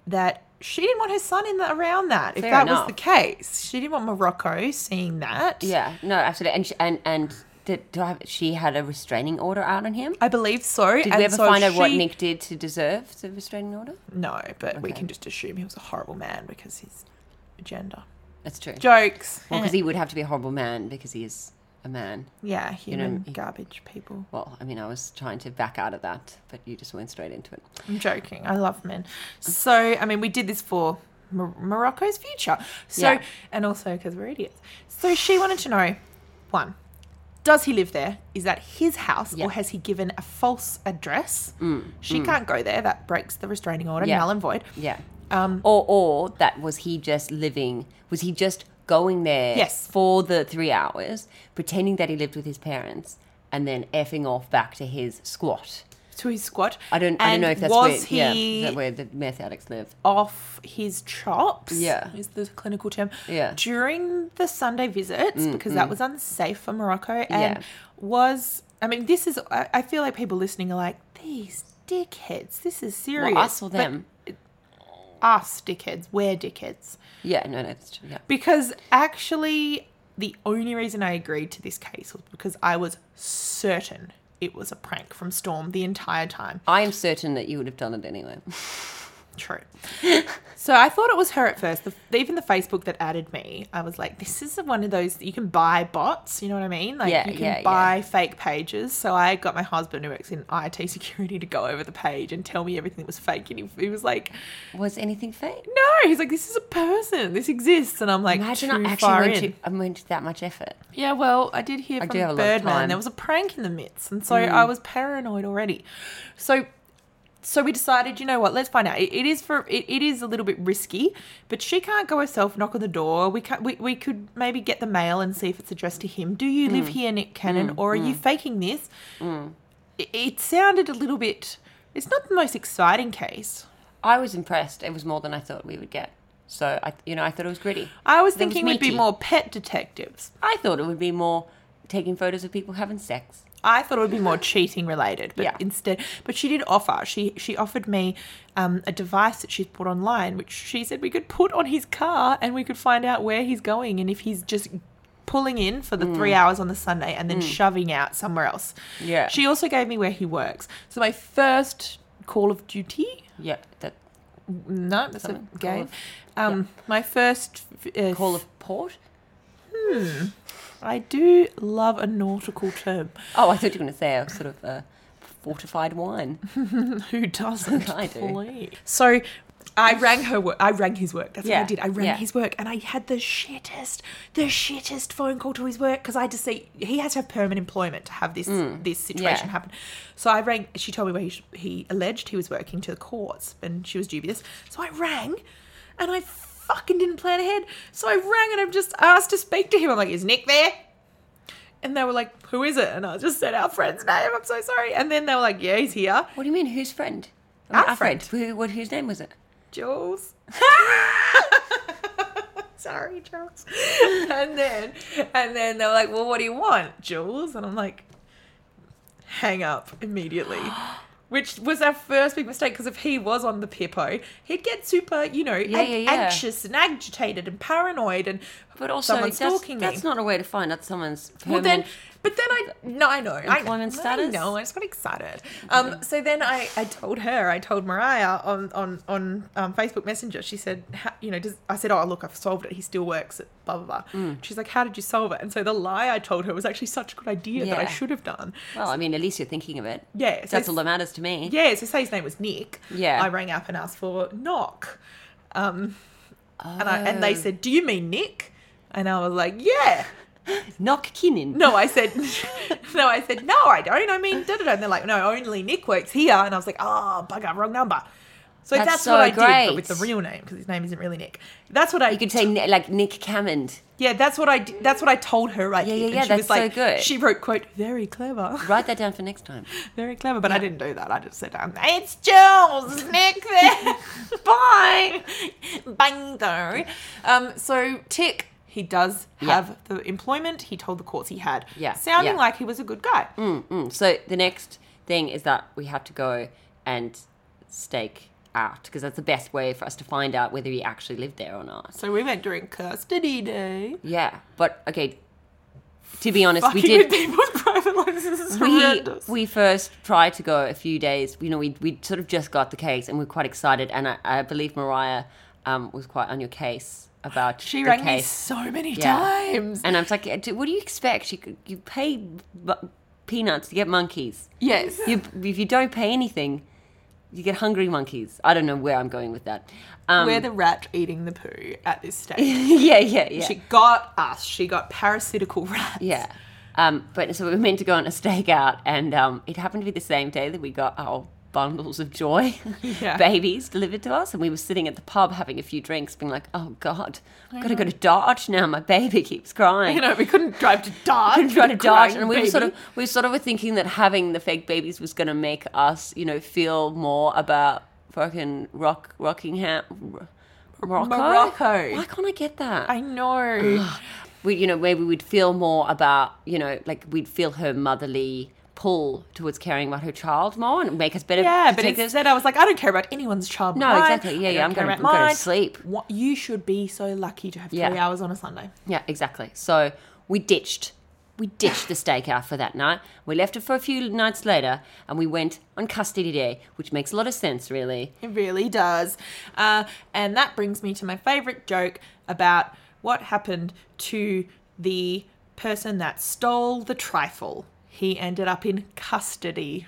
S2: that she didn't want her son in the, around that. If
S3: Fair
S2: that
S3: enough.
S2: was the case, she didn't want Morocco seeing that.
S3: Yeah, no, absolutely. And she, and and did, do I have, she had a restraining order out on him.
S2: I believe so.
S3: Did
S2: and
S3: we ever
S2: so
S3: find out what
S2: she-
S3: Nick did to deserve the restraining order?
S2: No, but we
S3: Okay.
S2: can just assume he was a horrible man because his agenda.
S3: That's true.
S2: Jokes.
S3: Well, because he would have to be a horrible man because he is a man.
S2: yeah, human
S3: he-
S2: garbage people.
S3: Well, I mean, I was trying to back out of that, but you just went straight into it.
S2: I'm joking. I love men. So, I mean, we did this for Mor- Morocco's future. So,
S3: Yeah.
S2: and also because we're idiots. So she wanted to know one, does he live there? Is that his house
S3: Yeah. Mm,
S2: or has he given a false address? she can't go there. That breaks the restraining order,
S3: Yeah.
S2: null and void.
S3: Yeah.
S2: Um,
S3: Or or that was he just living? Was he just going there?
S2: Yes.
S3: For the three hours, pretending that he lived with his parents, and then effing off back to his squat.
S2: to his squad.
S3: I don't. I don't
S2: And
S3: know if that's
S2: was
S3: where.
S2: he
S3: yeah, is that where the meth addicts live?
S2: off his chops.
S3: Yeah.
S2: Is the clinical term.
S3: Yeah. Mm,
S2: During the Sunday visits, because that was unsafe for Morocco and
S3: Yeah.
S2: was, I mean, this is, I, I feel like people listening are like, these dickheads, this is serious.
S3: Well, us or
S2: But
S3: them?
S2: us dickheads, we're dickheads.
S3: Yeah. No. No. That's true. Yeah.
S2: Because actually, the only reason I agreed to this case was because I was certain it was a prank from Storm the entire time.
S3: I am certain that you would have done it anyway.
S2: True. so I thought it was her at first. The, even the Facebook that added me, I was like, this is one of those you can buy bots. You know what I mean? Like
S3: Yeah,
S2: you can
S3: yeah, yeah.
S2: buy fake pages. So I got my husband who works in IT security to go over the page and tell me everything that was fake. And he, he was like,
S3: Was anything fake?
S2: no, he's like, this is a person. This exists. And I'm like,
S3: Imagine
S2: too
S3: I
S2: far
S3: actually went
S2: in.
S3: to, I went to that much effort.
S2: Yeah, well, I did hear
S3: I
S2: from
S3: do have a lot of time. Hmm.
S2: Birdman there was a prank in the midst, and so I was paranoid already. So, so we decided, you know what? Let's find out. It, it is for it, it is a little bit risky, but she can't go herself. Knock on the door. We can not We, we could maybe get the mail and see if it's addressed to him. Do you
S3: Hmm.
S2: live here, Nick Cannon, or are you faking this? It, it sounded a little bit. It's not the most exciting case.
S3: I was impressed. It was more than I thought we would get. So I, you know, I thought it was gritty.
S2: I was
S3: There was
S2: thinking we'd be
S3: meaty.
S2: more pet detectives.
S3: I thought it would be more taking photos of people having sex.
S2: I thought it would be more cheating related, but
S3: Yeah.
S2: instead, but she did offer. She she offered me um, a device that she's bought online, which she said we could put on his car and we could find out where he's going and if he's just pulling in for the three hours on the Sunday and then shoving out somewhere else.
S3: Mm. Yeah.
S2: She also gave me where he works. So my first call of duty.
S3: Yeah, that
S2: No, that's
S3: Something.
S2: a
S3: Call
S2: game.
S3: of-
S2: Um, My first uh,
S3: call of port.
S2: I do love a nautical term.
S3: Oh, I thought you were going to say a sort of uh, fortified wine.
S2: Who doesn't?
S3: I do.
S2: Please. So I rang her work. I rang his work. That's what
S3: Yeah,
S2: I did. I rang
S3: yeah.
S2: his work and I had the shittest, the shittest phone call to his work because I had to say he has to have permanent employment to have this this situation
S3: yeah.
S2: happen. So I rang. She told me where he, sh- he alleged he was working to the courts and she was dubious. So I rang and I fucking didn't plan ahead. So I rang and I've just asked to speak to him. I'm like, is Nick there? And they were like, who is it? And I just said our friend's name. I'm so sorry. And then they were like, yeah, he's here.
S3: What do you mean, whose friend? I
S2: Our
S3: Who? What? Whose name was it?
S2: Jules. Sorry, Jules. And then and then they're like, Well, what do you want, Jules? And I'm like, hang up immediately. Which was our first big mistake because if he was on the Pippo, he'd get super, you know,
S3: Yeah,
S2: an-
S3: yeah, yeah.
S2: anxious and agitated and paranoid and
S3: But also,
S2: someone's
S3: that's,
S2: stalking me.
S3: that's not a way to find out someone's.
S2: Well, then,
S3: permanent-
S2: but then I no, I know I-
S3: Employment
S2: I,
S3: status?
S2: No, I just got excited. Um, so then I, I told her, I told Mariah on on on um, Facebook Messenger. She said, how, you know, does, I said, oh look, I've solved it. He still works at blah blah blah.
S3: Mm.
S2: She's like, how did you solve it? And so the lie I told her was actually such a good idea that I
S3: Yeah.
S2: should have done.
S3: well, I mean, at least you're thinking of it.
S2: Yeah, so
S3: that's
S2: it's-
S3: all that matters to me.
S2: Yeah, so say his name was Nick.
S3: Yeah.
S2: I rang up and asked for knock. Um, and I and they
S3: Oh.
S2: said, do you mean Nick? And I was like, yeah.
S3: Knock Kinnin.
S2: No, I said, no, I said, no, I don't. I mean, da da da. And they're like, no, only Nick works here. And I was like, oh, bugger, wrong number. So that's,
S3: That's so
S2: what I did,
S3: great.
S2: but with the real name because his name isn't really Nick. That's what I.
S3: You could say ne- like Nick Cammond.
S2: yeah, that's what I. Did. That's what I told her. I
S3: Yeah,
S2: did.
S3: yeah,
S2: And
S3: yeah,
S2: she was
S3: that's so
S2: like,
S3: good.
S2: She wrote, "quote Very clever,
S3: Write that down for next time.
S2: very clever." But I didn't do that. I just said, um, "It's Jules, Nick there." Bye. bang though. Um, so Tick, he does have the employment he told the courts he had.
S3: Yeah,
S2: Sounding
S3: yeah.
S2: like he was a good guy.
S3: Mm, So the next thing is that we have to go and stake out because that's the best way for us to find out whether he actually lived there or not.
S2: So we went during custody day.
S3: Yeah, but okay. To be honest, we
S2: Fucking with
S3: did.
S2: people's private lives is
S3: we
S2: horrendous.
S3: we first tried to go a few days. You know, we we sort of just got the cakes and we are quite excited. And I, I believe Mariah um, was quite on your case about
S2: she
S3: the
S2: rang me
S3: case.
S2: so many
S3: Yeah.
S2: times.
S3: And I was like, "Yeah, d- "What do you expect? You c- you pay bu- peanuts to get monkeys.
S2: yes.
S3: You, if you don't pay anything, you get hungry monkeys. I don't know where I'm going with that. Um,
S2: We're the rat eating the poo at this stage.
S3: yeah, yeah, yeah,
S2: She got us. She got parasitical rats.
S3: yeah. Um, but so we were meant to go on a stakeout, and um, it happened to be the same day that we got our bundles of joy,
S2: Yeah.
S3: babies delivered to us, and we were sitting at the pub having a few drinks, being like, "Oh God, I've got to go to Dodge now. My baby keeps crying."
S2: You know, we couldn't drive to Dart.
S3: and trying to dodge. And we
S2: were
S3: were sort of we sort of were thinking that having the fake babies was going to make us, you know, feel more about fucking rock Rockingham. R- Morocco?
S2: Morocco.
S3: Why can't I get that?
S2: I know.
S3: we, you know, where we would feel more about, you know, like we'd feel her motherly pull towards caring about her child more and make us better.
S2: yeah,
S3: to
S2: but
S3: take this-
S2: instead I was like, I don't care about anyone's child.
S3: No,
S2: mine.
S3: exactly. Yeah,
S2: I
S3: yeah,
S2: don't
S3: I'm
S2: care
S3: gonna-
S2: about
S3: I'm gonna
S2: mine.
S3: sleep.
S2: What you should be so lucky to have three
S3: Yeah.
S2: hours on a Sunday.
S3: Yeah, exactly. So we ditched. We ditched the stakeout for that night. We left it for a few nights later and we went on custody day, which makes a lot of sense, really.
S2: It really does. Uh, and that brings me to my favorite joke about what happened to the person that stole the trifle. He ended up in custody.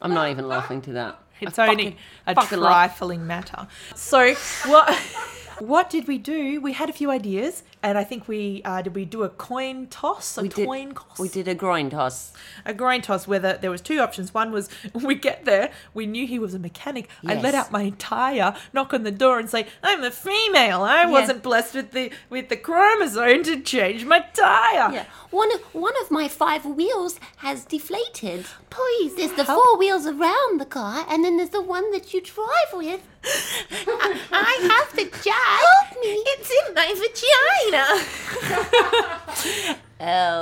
S3: I'm not even laughing to that.
S2: It's
S3: I
S2: only
S3: fucking-
S2: a
S3: fucking laugh.
S2: trifling matter. So what? What did we do? We had a few ideas, and I think we uh, did. We do a coin toss, a
S3: We did-
S2: coin toss,
S3: We did a groin toss.
S2: a groin toss. Whether there was two options. One was we get there, we knew he was a mechanic. I let
S3: Yes.
S2: out my tire, knock on the door, and say, "I'm a female. I wasn't blessed with the with the chromosome to change my tire."
S6: One one of my five wheels has deflated. Please, there's the four wheels around the car, and then there's the one that you drive with. I, I have to jive. Help me! It's in my Oh. vagina.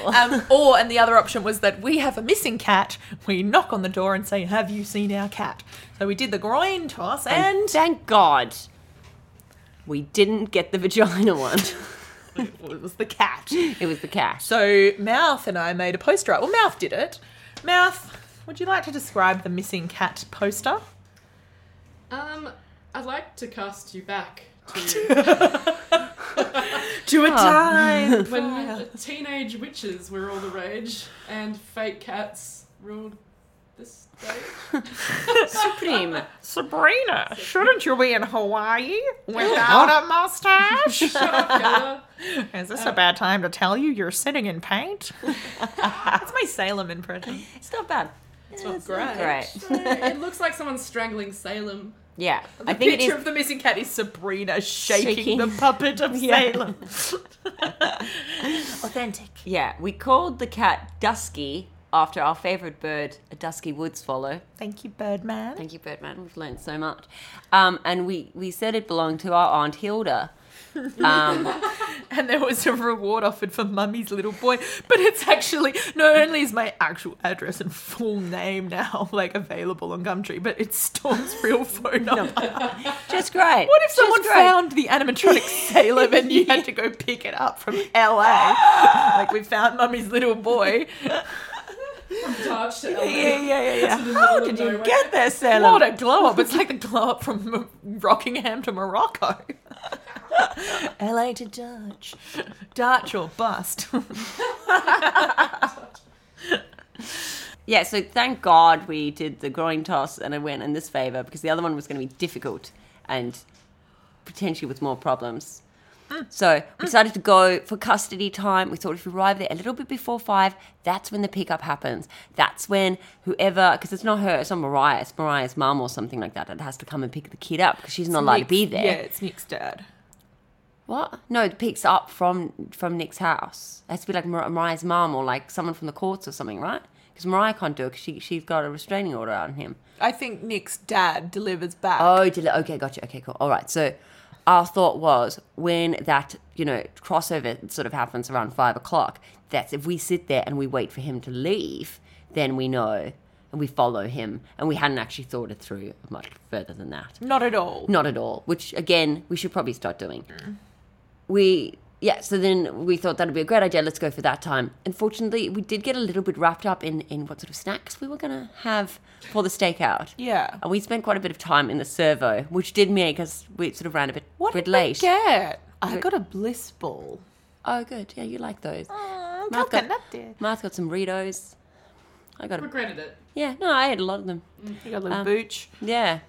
S2: Um, or, and the other option was that we have a missing cat. We knock on the door and say, Have you seen our cat? So we did the groin toss and.
S3: thank God we didn't get the vagina one.
S2: it was the cat.
S3: it was the cat.
S2: So Mouth and I made a poster up. Well, Mouth did it. Mouth, would you like to describe the missing cat poster?
S5: Um, I'd like to cast you back to
S2: To a time.
S5: when teenage witches were all the rage and fake cats ruled this stage.
S3: Supreme.
S2: Sabrina, shouldn't you be in Hawaii without a mustache?
S5: Shut up, Gala.
S2: Is this a bad time to tell you you're sitting in paint? That's my Salem impression.
S3: It's not bad.
S5: It's not great.
S3: Great.
S5: it looks like someone's strangling Salem.
S3: Yeah. I
S2: The
S3: think it
S2: picture
S3: is.
S2: of the missing cat is Sabrina shaking,
S3: Shaking.
S2: the puppet of Salem. Authentic.
S3: yeah. We called the cat Dusky after our favourite bird, a dusky wood swallow.
S2: Thank you, Birdman.
S3: Thank you, Birdman. We've learned so much. Um, and we, we said it belonged to our Aunt Hilda. Um,
S2: And there was a reward offered for Mummy's little boy, but it's actually not only is my actual address and full name now like available on Gumtree, but it's Storm's real phone number.
S3: just great.
S2: What if
S3: Just
S2: someone
S3: great.
S2: found the animatronic Salem and you had to go pick it up from LA? like we found Mummy's little boy.
S5: Dodge to Ellen.
S2: Yeah, yeah, yeah, yeah.
S5: the
S2: How
S5: middle
S2: did
S5: of
S2: you
S5: nowhere.
S2: get there, Salem? What a glow up! It's like the glow up from M- Rockingham to Morocco. LA to Dutch. Dutch or bust.
S3: Yeah, so thank God we did the groin toss and I went in this favour because the other one was going to be difficult and potentially with more problems. So we decided to go for custody time. We thought if we arrive there a little bit before five, that's when the pickup happens. That's when whoever, because it's not her, it's not Mariah, it's Mariah's mum or something like that that has to come and pick the kid up because she's not allowed to be there.
S2: Yeah, it's Nick's dad.
S3: What? No, it picks up from from Nick's house. It has to be like Mar- Mariah's mum or like someone from the courts or something, right? because Mariah can't do it 'cause she she's got a restraining order on him.
S2: I think Nick's dad delivers back.
S3: Oh, did it? Okay, gotcha. Okay, cool. All right. So our thought was when that, you know, crossover sort of happens around five o'clock, that's if we sit there and we wait for him to leave, then we know and we follow him. And we hadn't actually thought it through much further than that.
S2: Not at all.
S3: Not at all, which again, we should probably start doing. We, yeah, so then we thought that'd be a great idea. Let's go for that time. Unfortunately, we did get a little bit wrapped up in, in what sort of snacks we were going to have for the stakeout.
S2: Yeah.
S3: And we spent quite a bit of time in the servo, which did make us, we sort of ran a bit,
S2: What
S3: bit
S2: did
S3: late.
S2: we get? I got a bliss ball.
S3: Oh, good. Yeah, you like those.
S2: Mm,
S3: Marth got,
S2: coconut dear.
S3: Marth got some Ritos. I got a,
S5: Regretted it.
S3: yeah, no, I had a lot of them.
S2: You got a little booch.
S3: Yeah.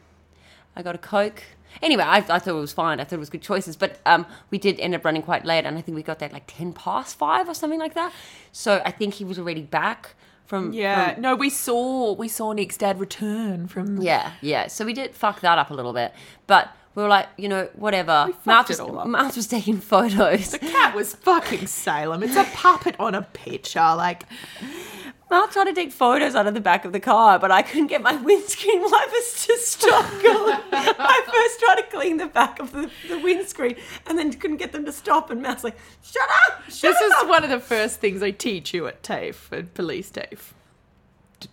S3: I got a Coke. Anyway, I, I thought it was fine. I thought it was good choices. But um, we did end up running quite late. And I think we got there at like 10 past five or something like that. So I think he was already back from.
S2: Yeah.
S3: from-
S2: no, we saw we saw Nick's dad return from
S3: yeah. Yeah. So we did fuck that up a little bit. But we were like, you know, whatever.
S2: We fucked
S3: Marth
S2: it
S3: was,
S2: all up.
S3: Marth was taking photos.
S2: The cat was fucking Salem. It's a puppet on a picture. Like
S3: Mark tried to take photos out of the back of the car, but I couldn't get my windscreen wipers to stop going. I first tried to clean the back of the, the windscreen and then couldn't get them to stop. And Mark's like, shut up! Shut
S2: this is
S3: up!
S2: one of the first things I teach you at TAFE, at police TAFE. T-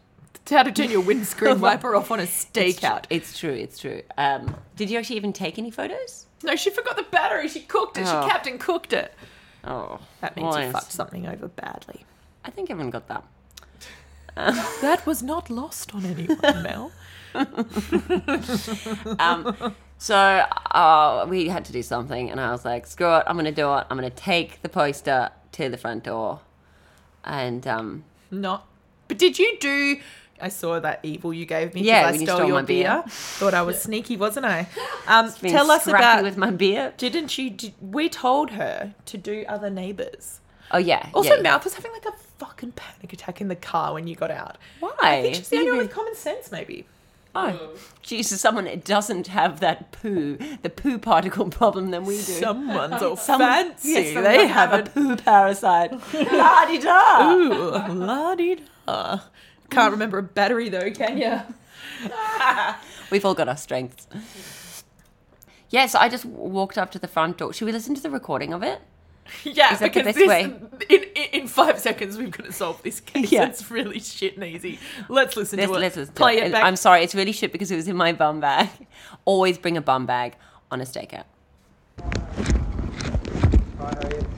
S2: How to turn your windscreen wiper off on a stakeout.
S3: It's true, it's true. Um, did you actually even take any photos?
S2: No, she forgot the battery. She cooked it.
S3: Oh.
S2: She capped and cooked it.
S3: Oh,
S2: That means you
S3: nice.
S2: fucked something over badly.
S3: I think everyone got that.
S2: That was not lost on anyone, Mel.
S3: So uh, we had to do something, and I was like, screw it, I'm going to do it. I'm going to take the poster to the front door. And um,
S2: Not. But did you do? I saw that evil you gave me. 'cause
S3: Yeah,
S2: I
S3: when you
S2: stole,
S3: stole
S2: your
S3: my beer.
S2: beer. Thought I was sneaky, wasn't I? Um,
S3: being
S2: tell us
S3: scrappy
S2: about.
S3: with my beer.
S2: didn't you? Did, we told her to do other neighbors.
S3: Oh, yeah.
S2: Also,
S3: yeah, yeah.
S2: Mouth was having like a fucking panic attack in the car when you got out.
S3: Why?
S2: I think she's the only
S3: Even-
S2: one with common sense, maybe.
S3: Oh, Jesus, someone that doesn't have that poo, the poo particle problem that we do.
S2: Someone's all
S3: Someone-
S2: fancy.
S3: yes, someone
S2: they have
S3: a poo parasite. La-di-da.
S2: Ooh, la di da. Can't remember a battery though, can you?
S3: We've all got our strengths. Yeah, so I just w- walked up to the front door. Should we listen to the recording of it?
S2: Yeah,
S3: Is that the
S2: because
S3: best
S2: this,
S3: way?
S2: In, in in five seconds we've got to solve this case.
S3: Yeah.
S2: It's really shit and easy. Let's listen
S3: Let's,
S2: to it.
S3: let's listen to
S2: Play
S3: it.
S2: it, back.
S3: I'm sorry, it's really shit because it was in my bum bag. Always bring a bum bag on a stakeout.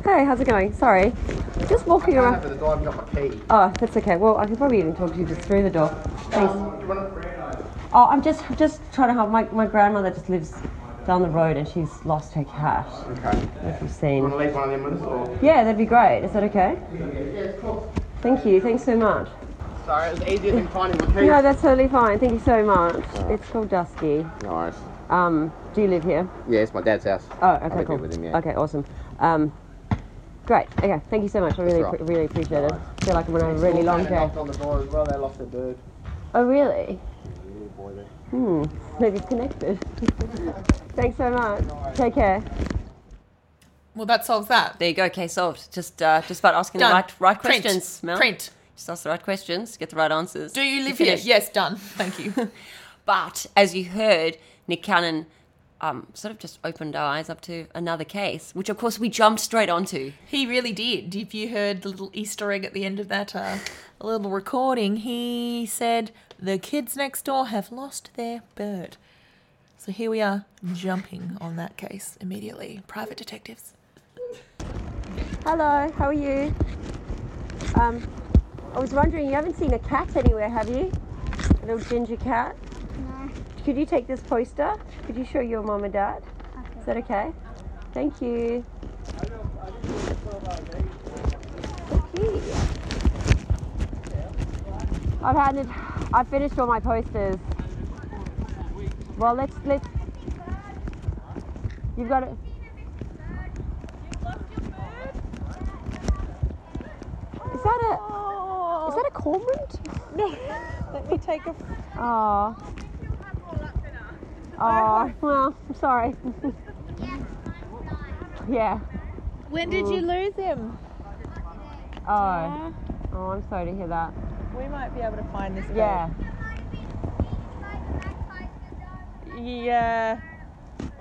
S7: Hey, how's it going? Sorry. Just walking around.
S8: for the door, I've got my key.
S7: Oh, that's okay. Well, I can probably even talk to you just through the door. Thanks.
S8: Do you want a Freddo?
S7: Oh, I'm just just trying to help. My, my grandmother just lives down the road and she's lost her cash.
S8: Okay.
S7: If you've
S8: You
S7: seen.
S8: want to leave one of them with us or?
S7: Yeah, that'd be great. Is that okay?
S8: Yeah, of course.
S7: Thank you. Thanks so much.
S8: Sorry, it was easier than finding my key.
S7: No, that's totally fine. Thank you so much. It's called Dusky.
S8: No worries.
S7: Um, do you live here?
S8: Yeah, it's my dad's house.
S7: Oh,
S8: I've
S7: okay,
S8: been
S7: cool.
S8: with him, yeah.
S7: Okay, awesome. Um, great. Okay, thank you so much. I really,
S8: right.
S7: appre- really appreciate it. I feel like I'm on a really long
S8: They
S7: day.
S8: knocked on the door as well, they lost their bird.
S7: Oh, really?
S8: Yeah, boy, they.
S7: Maybe it's connected. Thanks so much. Take care.
S2: well, that solves that.
S3: There you go, case solved. Just uh, just about asking
S2: Done.
S3: the right, right
S2: Print.
S3: questions, Mel.
S2: Print.
S3: Just ask the right questions, get the right answers.
S2: Do you live here?
S3: finish.
S2: Yes, done. Thank you.
S3: But as you heard, Nick Cannon um, sort of just opened our eyes up to another case, which of course we jumped straight onto.
S2: He really did. If you heard the little Easter egg at the end of that uh, little recording, he said the kids next door have lost their bird. So here we are jumping on that case immediately. Private detectives.
S7: Hello, how are you? Um, I was wondering, you haven't seen a cat anywhere, have you? A little ginger cat? No. Could you take this poster? Could you show your mum and dad? Is that okay? Thank you. Okay. I've handed, I've finished all my posters. Well, let's, let's, you've got it. Is that a is that a cormorant? No, let me take a. Oh. Oh well, I'm sorry. yeah. When did you lose him? Oh. Oh, I'm sorry to hear that.
S2: we might be able to find this.
S9: Yeah.
S2: Yeah.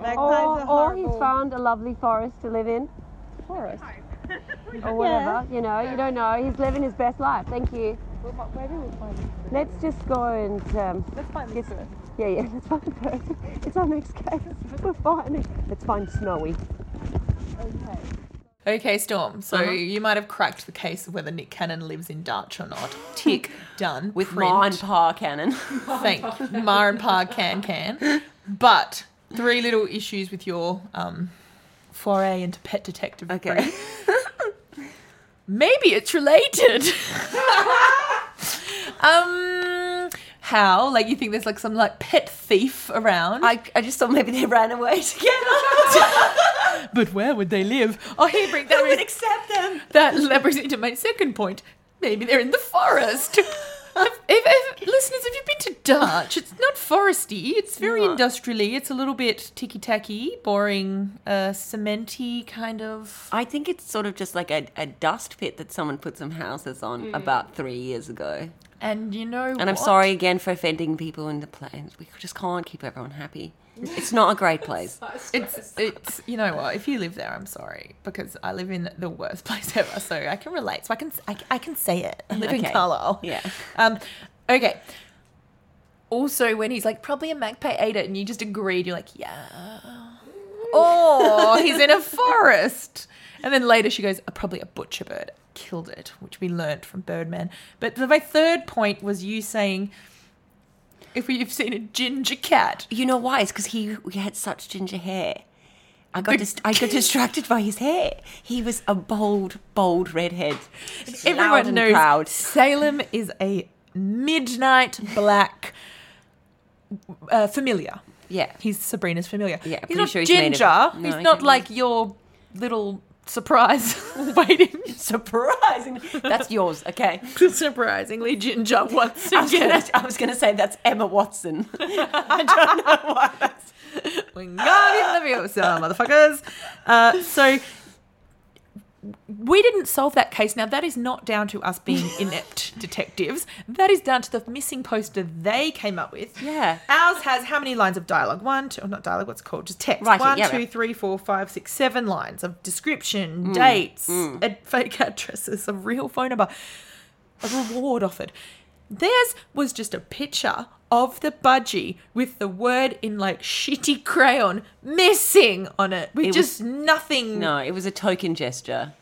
S2: Magpies
S7: Or,
S2: are
S7: or he's
S2: horrible.
S7: found a lovely forest to live in,
S2: forest.
S7: or whatever. You know, you don't know. He's living his best life. Thank you.
S2: Where where do we find this?
S7: Let's just go and um,
S2: Let's find this.
S7: Yes. yeah, yeah. Let's find the bird. It's our next case. We're finding. Let's find Snowy.
S2: Okay, Storm. So
S3: Uh-huh.
S2: you might have cracked the case of whether Nick Cannon lives in Darch or not. Tick done.
S3: With
S2: Print.
S3: Ma and Pa Cannon.
S2: Thank Ma and Pa Can Can. But three little issues with your um, foray into pet detective.
S3: Okay.
S2: Maybe it's related. um, how? Like you think there's like some like pet thief around?
S3: I, I just thought maybe they ran away together.
S2: but where would they live? Oh, hey, bring that. would accept them. That le- brings me to my second point. Maybe they're in the forest. If, if, if, listeners, if you've been to Dutch, it's not foresty. It's very industrially. It's a little bit ticky tacky, boring, uh, cementy kind of.
S3: I think it's sort of just like a, a dust pit that someone put some houses on about three years ago.
S2: And you know,
S3: And I'm sorry again for offending people in the place. We just can't keep everyone happy. It's not a great place.
S2: It's it's you know what? If you live there, I'm sorry because I live in the worst place ever, so I can relate. So I can I, I can say it. I live in
S3: Okay.
S2: Carlisle.
S3: Yeah.
S2: Um, okay. Also, when he's like probably a magpie ate it, and you just agreed, you're like, yeah. Or he's in a forest, and then later she goes, "Uh, probably a butcher bird killed it, which we learnt from Birdman. But the, my third point was you saying, if we've seen a ginger cat,
S3: You know why? It's because he, he had such ginger hair. I got dist- I got distracted by his hair. He was a bold, bold redhead. Loud
S2: Everyone
S3: and
S2: knows
S3: proud.
S2: Salem is a midnight black uh, familiar.
S3: Yeah.
S2: He's Sabrina's familiar.
S3: Yeah,
S2: he's
S3: pretty
S2: not
S3: sure he's made
S2: ginger.
S3: of- No,
S2: he's
S3: I
S2: not
S3: think
S2: like your little surprise waiting.
S3: Surprisingly, that's yours. Okay.
S2: Surprisingly ginger once
S3: I was
S2: again.
S3: gonna- I was going to say that's Emma Watson. I don't know why. That's-
S2: Wingardium Leviosa, motherfuckers. Uh, so we didn't solve that case. Now that is not down to us being inept detectives. That is down to the missing poster they came up with.
S3: Yeah.
S2: Ours has how many lines of dialogue? One, two, not dialogue. What's it called just text.
S3: Writing,
S2: One,
S3: yeah,
S2: two,
S3: right. Mm,
S2: three, four, five, six, seven lines of description, dates, ad- fake addresses, a real phone number, a reward offered. Theirs was just a picture of the budgie with the word in like shitty crayon missing on it with
S3: It was-
S2: just nothing.
S3: No, it was a token gesture.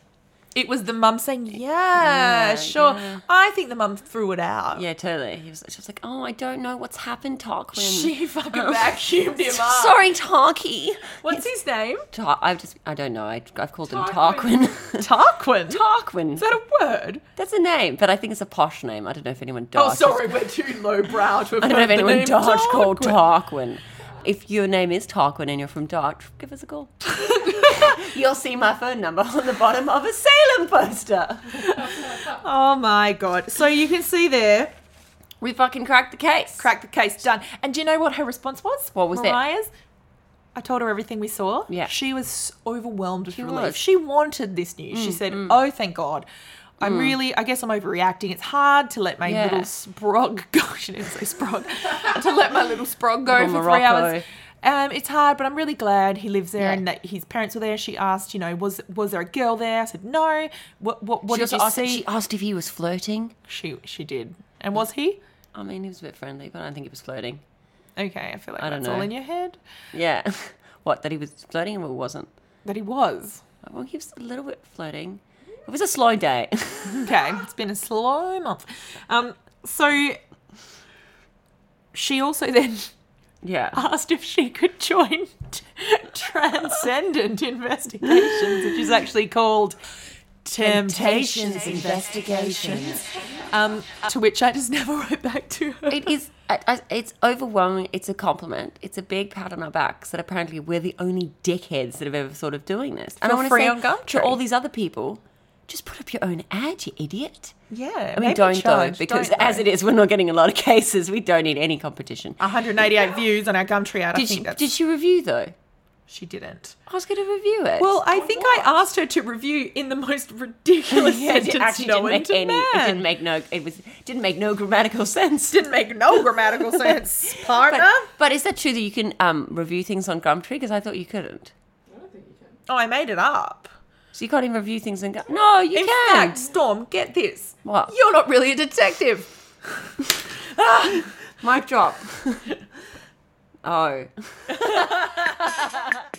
S2: It was the mum saying, "Yeah, sure." I think the mum threw it out.
S3: Yeah, totally. He was, she was like, "Oh, I don't know what's happened, Tarquin."
S2: She fucking vacuumed him up.
S3: Sorry, Tarky.
S2: What's his name?
S3: Tar- I've just, I don't know. I, I've called him
S5: Tarquin.
S3: Tarquin.
S2: Tarquin. Is
S3: Tarquin.
S2: that a word?
S3: That's a name, but I think it's a posh name. I don't know if anyone
S2: Oh,
S3: Dodge.
S2: sorry, we're too lowbrow to have
S3: I don't know
S2: heard
S3: if
S2: the
S3: anyone
S2: name
S3: Dodge called
S2: Tarquin.
S3: Tarquin. If your name is Tarquin and you're from Dodge, give us a call. You'll see my phone number on the bottom of a Salem poster.
S2: Oh my god. So you can see there,
S3: We fucking cracked the case.
S2: crack the case done. And do you know what her response was?
S3: What was it?
S2: Mariah's? I told her everything we saw.
S3: Yeah.
S2: She was overwhelmed with relief.
S3: was. Mm,
S2: She wanted this news. she said, "Oh, thank God." I'm really, I guess I'm overreacting. It's hard to let my
S3: Yeah.
S2: little sprog go. She didn't say sprog. to let my little sprog go
S3: Little
S2: for three hours.
S3: Morocco.
S2: Um, it's hard, but I'm really glad he lives there
S3: Yeah.
S2: and that his parents were there. She asked, you know, was was there a girl there? I said no. What what what
S3: she,
S2: did
S3: also
S2: you
S3: asked,
S2: see?
S3: she asked if he was flirting.
S2: She she did. And was he?
S3: I mean, he was a bit friendly, but I don't think he was flirting.
S2: Okay, I feel like
S3: I don't
S2: that's all
S3: know.
S2: in your head.
S3: Yeah. what, that he was flirting or wasn't?
S2: That he was.
S3: Well, he was a little bit flirting. It was a slow day.
S2: Okay, it's been a slow month. Um, so she also then
S3: yeah.
S2: asked if she could join t- Transcendent Investigations, which is actually called Temptations Investigations. Um, to which I just never wrote back to her.
S3: It is. I- I- It's overwhelming. It's a compliment. It's a big pat on our backs that apparently we're the only dickheads that have ever thought of doing this. And
S2: For
S3: I want to
S2: free
S3: say
S2: on Gumtree.
S3: to all these other people, just put up your own ad, you idiot.
S2: yeah,
S3: I mean, don't though, because as it is, we're not getting a lot of cases. We don't need any competition.
S2: 188 views on our Gumtree ad. I
S3: Did
S2: think
S3: she?
S2: that's
S3: Did she review though?
S2: She didn't.
S3: I was going to review it.
S2: Well, I think I asked her to review in the most ridiculous
S3: Yeah, it
S2: sentence
S3: actually
S2: known
S3: didn't make
S2: to
S3: any. It
S2: man.
S3: didn't make no. It was didn't make no grammatical sense.
S2: Didn't make no grammatical sense,
S3: But,
S2: partner.
S3: but is that true that you can um, review things on Gumtree? Because I thought you couldn't.
S5: I don't think you can.
S2: oh, I made it up.
S3: So you can't even review things on Gumtree. No, you
S2: In
S3: can.
S2: fact, Storm, get this.
S3: What?
S2: You're not really a detective.
S3: Mic drop. oh.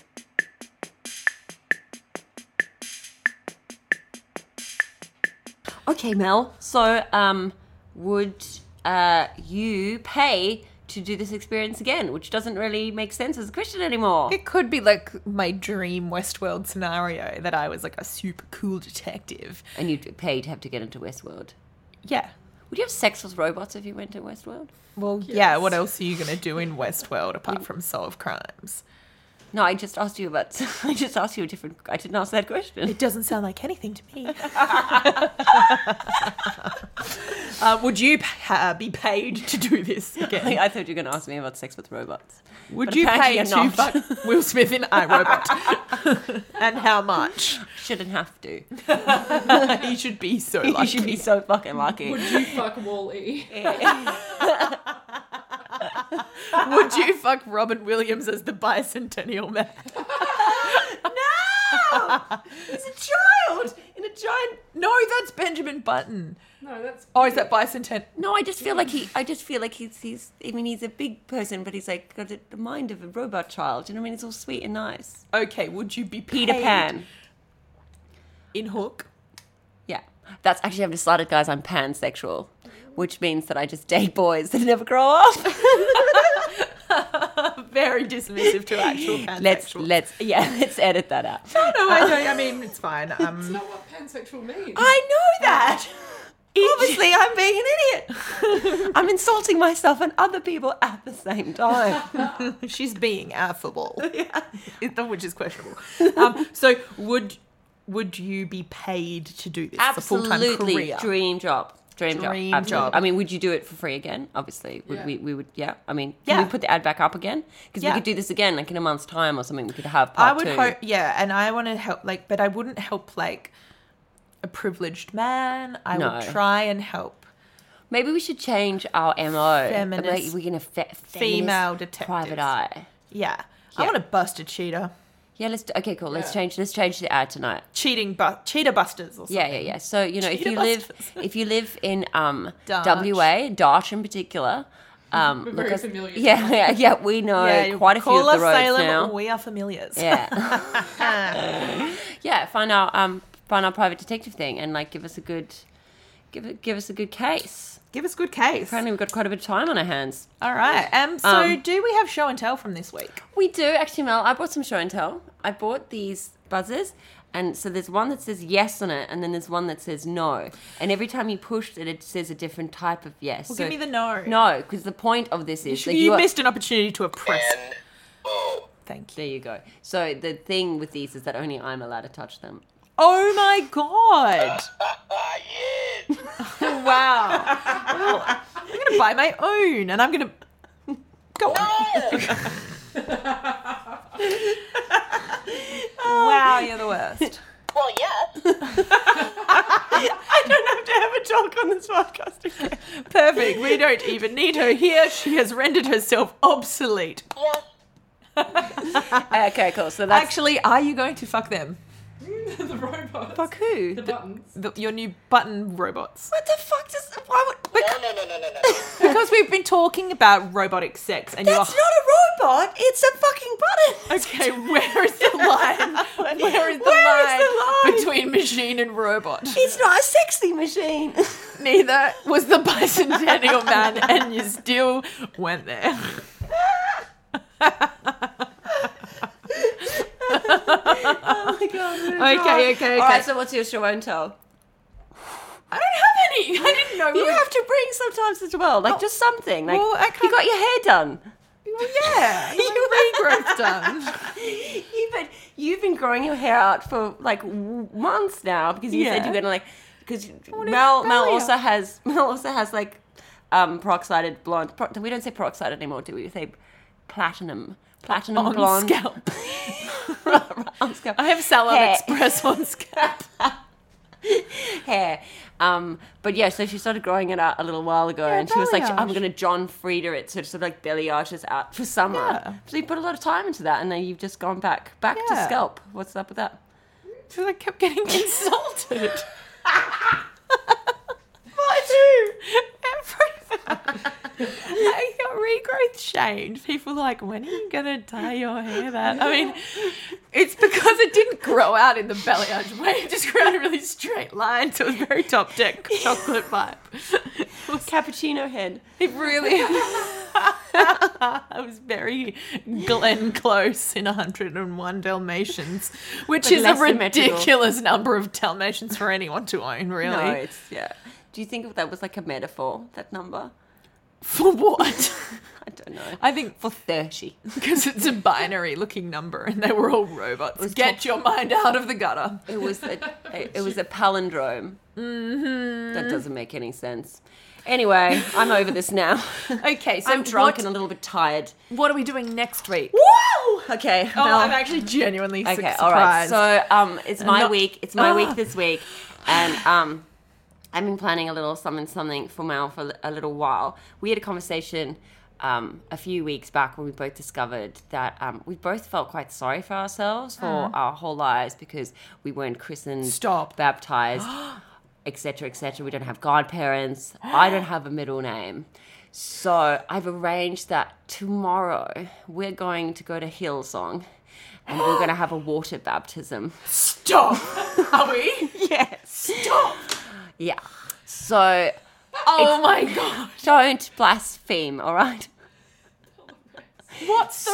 S3: okay, Mel. So, um, would uh, you pay to do this experience again? Which doesn't really make sense as a question anymore.
S2: It could be like my dream Westworld scenario that I was like a super cool detective.
S3: And you'd pay to have to get into Westworld.
S2: Yeah.
S3: Would you have sex with robots if you went to Westworld?
S2: Well, yeah, what else are you going to do in Westworld apart from solve crimes?
S3: No, I just asked you about. I just asked you a different. I didn't ask that question.
S2: It doesn't sound like anything to me. uh, would you p- uh, be paid to do this again?
S3: I thought you were going to ask me about sex with robots.
S2: Would
S3: But
S2: you
S3: apparently
S2: pay
S3: you're
S2: to
S3: not.
S2: fuck Will Smith in iRobot? and how much?
S3: Shouldn't have to.
S2: You should be so
S3: You
S2: lucky.
S3: should be so fucking lucky.
S5: Would you fuck Wall E?
S2: Would you fuck Robin Williams as the bicentennial man? no! He's a child in a giant. No, that's Benjamin Button.
S5: No, that's.
S2: Oh, is that bicentennial?
S3: No, I just feel like he. I just feel like he's. He's. I mean, he's a big person, but he's like got the mind of a robot child. You know what I mean? It's all sweet and nice.
S2: Okay, would you be
S3: Peter
S2: paid
S3: Pan.
S2: in Hook?
S3: Yeah, that's actually. I've decided, guys. I'm pansexual, which means that I just date boys that never grow up.
S2: Very dismissive to actual pansexual.
S3: let's. Let's. Yeah. Let's edit that out.
S2: No, I don't. I mean, it's fine.
S5: That's
S2: Um,
S5: not what pansexual means.
S3: I know that.
S2: obviously, I'm being an
S3: I'm insulting myself and other people at the same time.
S2: idiot. She's being affable, It- which is questionable. Um, so, would would you be paid to do this? It's a full-time
S3: Absolutely,
S2: career.
S3: dream job. Dream,
S2: Dream
S3: job. Absolutely.
S2: job.
S3: I mean, would you do it for free again? Obviously, would
S5: Yeah.
S3: we, we would. Yeah. I mean, can
S2: Yeah.
S3: we put the ad back up again? Because
S2: Yeah.
S3: we could do this again, like in a month's time or something. We could have part
S2: I would
S3: two.
S2: hope, yeah, and I want to help, like, but I wouldn't help like a privileged man. I
S3: No.
S2: would try and help.
S3: Maybe we should change our mo.
S2: Feminist-
S3: Maybe we're gonna fe- feminist
S2: female detectives.
S3: Private eye.
S2: Yeah, I
S3: Yeah.
S2: want to bust a cheater,
S3: Yeah. Let's. do- Okay. Cool. Let's
S5: Yeah.
S3: change. Let's change the ad tonight.
S2: cheating, bu- cheater busters. Or something.
S3: Yeah, yeah, yeah. So you know, if
S2: Cheetah
S3: you live
S2: busters.
S3: if you live in um,
S2: Darch.
S3: WA, Dart in particular, um,
S5: We're very
S3: because-
S5: familiar.
S3: Yeah, yeah, yeah. We know
S2: you
S3: quite a few
S2: call
S3: of the
S2: us
S3: roads
S2: Salem,
S3: now.
S2: We are familiars.
S3: Yeah, yeah. Find our um, find our private detective thing and like give us a good give it give us a good case.
S2: Give us good case.
S3: Apparently, we've got quite a bit of time on our hands.
S2: All right. Um. So,
S3: Um,
S2: do we have show and tell from this week?
S3: We do actually, Mel. I bought some show and tell. I bought these buzzers, and so there's one that says yes on it, and then there's one that says no. And every time you push it, it says a different type of yes.
S2: Well,
S3: So-
S2: give me the no.
S3: No, because the point of this is
S2: You,
S3: that you, are-
S2: missed an opportunity to oppress. Thank you.
S3: There you go. So the thing with these is that only I'm allowed to touch them.
S2: Oh my god! wow. Well, I'm gonna buy my own, and I'm gonna go. on. wow, you're the worst.
S9: Well, yes.
S2: I don't have to have a talk on this podcast again. Perfect. We don't even need her here. She has rendered herself obsolete.
S9: Yes.
S3: Okay, cool. So that's
S2: Actually, are you going to fuck them?
S5: the robots.
S2: Fuck who?
S5: The buttons.
S2: The- your new button robots.
S3: what the fuck does why would
S9: No, no, no, no, no, no.
S2: Because we've been talking about robotic sex, and you're
S3: a robot. It's a fucking button.
S2: Okay, where is the line? Where is the,
S3: Where
S2: line,
S3: is the line?
S2: between machine and robot?
S3: It's not a sexy machine.
S2: Neither was the bicentennial man, and you still went there. Oh okay, okay, okay.
S3: All right. So what's your show and tell?
S2: I don't have any. I didn't know.
S3: You have to bring sometimes as well, like just something. Like
S2: Well, I
S3: you
S2: can't-
S3: got your hair done.
S2: yeah, you regrowth done.
S3: You've been you've been growing your hair out for like w- months now because you
S2: Yeah.
S3: said you're gonna like because Mel Mel
S2: earlier.
S3: also has Mel also has like um peroxided blonde. Pro, we don't say peroxide anymore, do we? We say platinum platinum
S2: On
S3: blonde
S2: scalp.
S3: on scalp.
S2: I have Salad
S3: Hair.
S2: Express on scalp.
S3: hair. Um, but yeah, so she started growing it out a little while ago, and she was like,
S2: belly
S3: "I'm
S2: arch.
S3: going to John Frieda it, so it's sort of like belly arches out for summer."
S2: Yeah.
S3: So you put a lot of time into that, and then you've just gone back back to
S2: Yeah.
S3: scalp. What's up with that?
S2: Because I kept getting insulted. I do. Everything. I got regrowth shamed. People were like, when are you going to dye your hair that? I mean, it's because it didn't grow out in the belly arch way. It just grew out in really straight lines. It was very top deck chocolate vibe.
S3: Cappuccino head.
S2: It really. I was very Glenn Close in 101 Dalmatians, which is a
S3: less symmetrical.
S2: ridiculous number of Dalmatians for anyone to own, really.
S3: No, it's yeah. Do you think that was like a metaphor? That number?
S2: For what?
S3: I don't know.
S2: I think
S3: For thirty.
S2: because it's a binary looking number and they were all robots.
S3: was
S2: Get your mind out of the gutter.
S3: It was a, a- it was a palindrome. Mm-hmm. That doesn't make any sense. Anyway, I'm over this now.
S2: Okay, so
S3: I'm drunk
S2: what,
S3: and a little bit tired.
S2: what are we doing next week?
S3: Woo! Okay.
S2: Oh,
S3: now-
S2: I'm actually genuinely su-
S3: Okay,
S2: surprised.
S3: all right. So um, it's my
S2: Not-
S3: week. It's my
S2: Ah.
S3: week this week, and um, I've been planning a little something something for Mal for li- a little while. We had a conversation um, a few weeks back when we both discovered that um, we both felt quite sorry for ourselves for our whole lives because we weren't christened,
S2: Stop.
S3: baptized, etc., etc. We don't have godparents. I don't have a middle name. So I've arranged that tomorrow we're going to go to Hillsong and we're going to have a water baptism.
S2: Stop. Are we?
S3: Yes.
S2: Stop.
S3: Yeah. So
S2: Oh my god.
S3: don't blaspheme, all right?
S2: What's the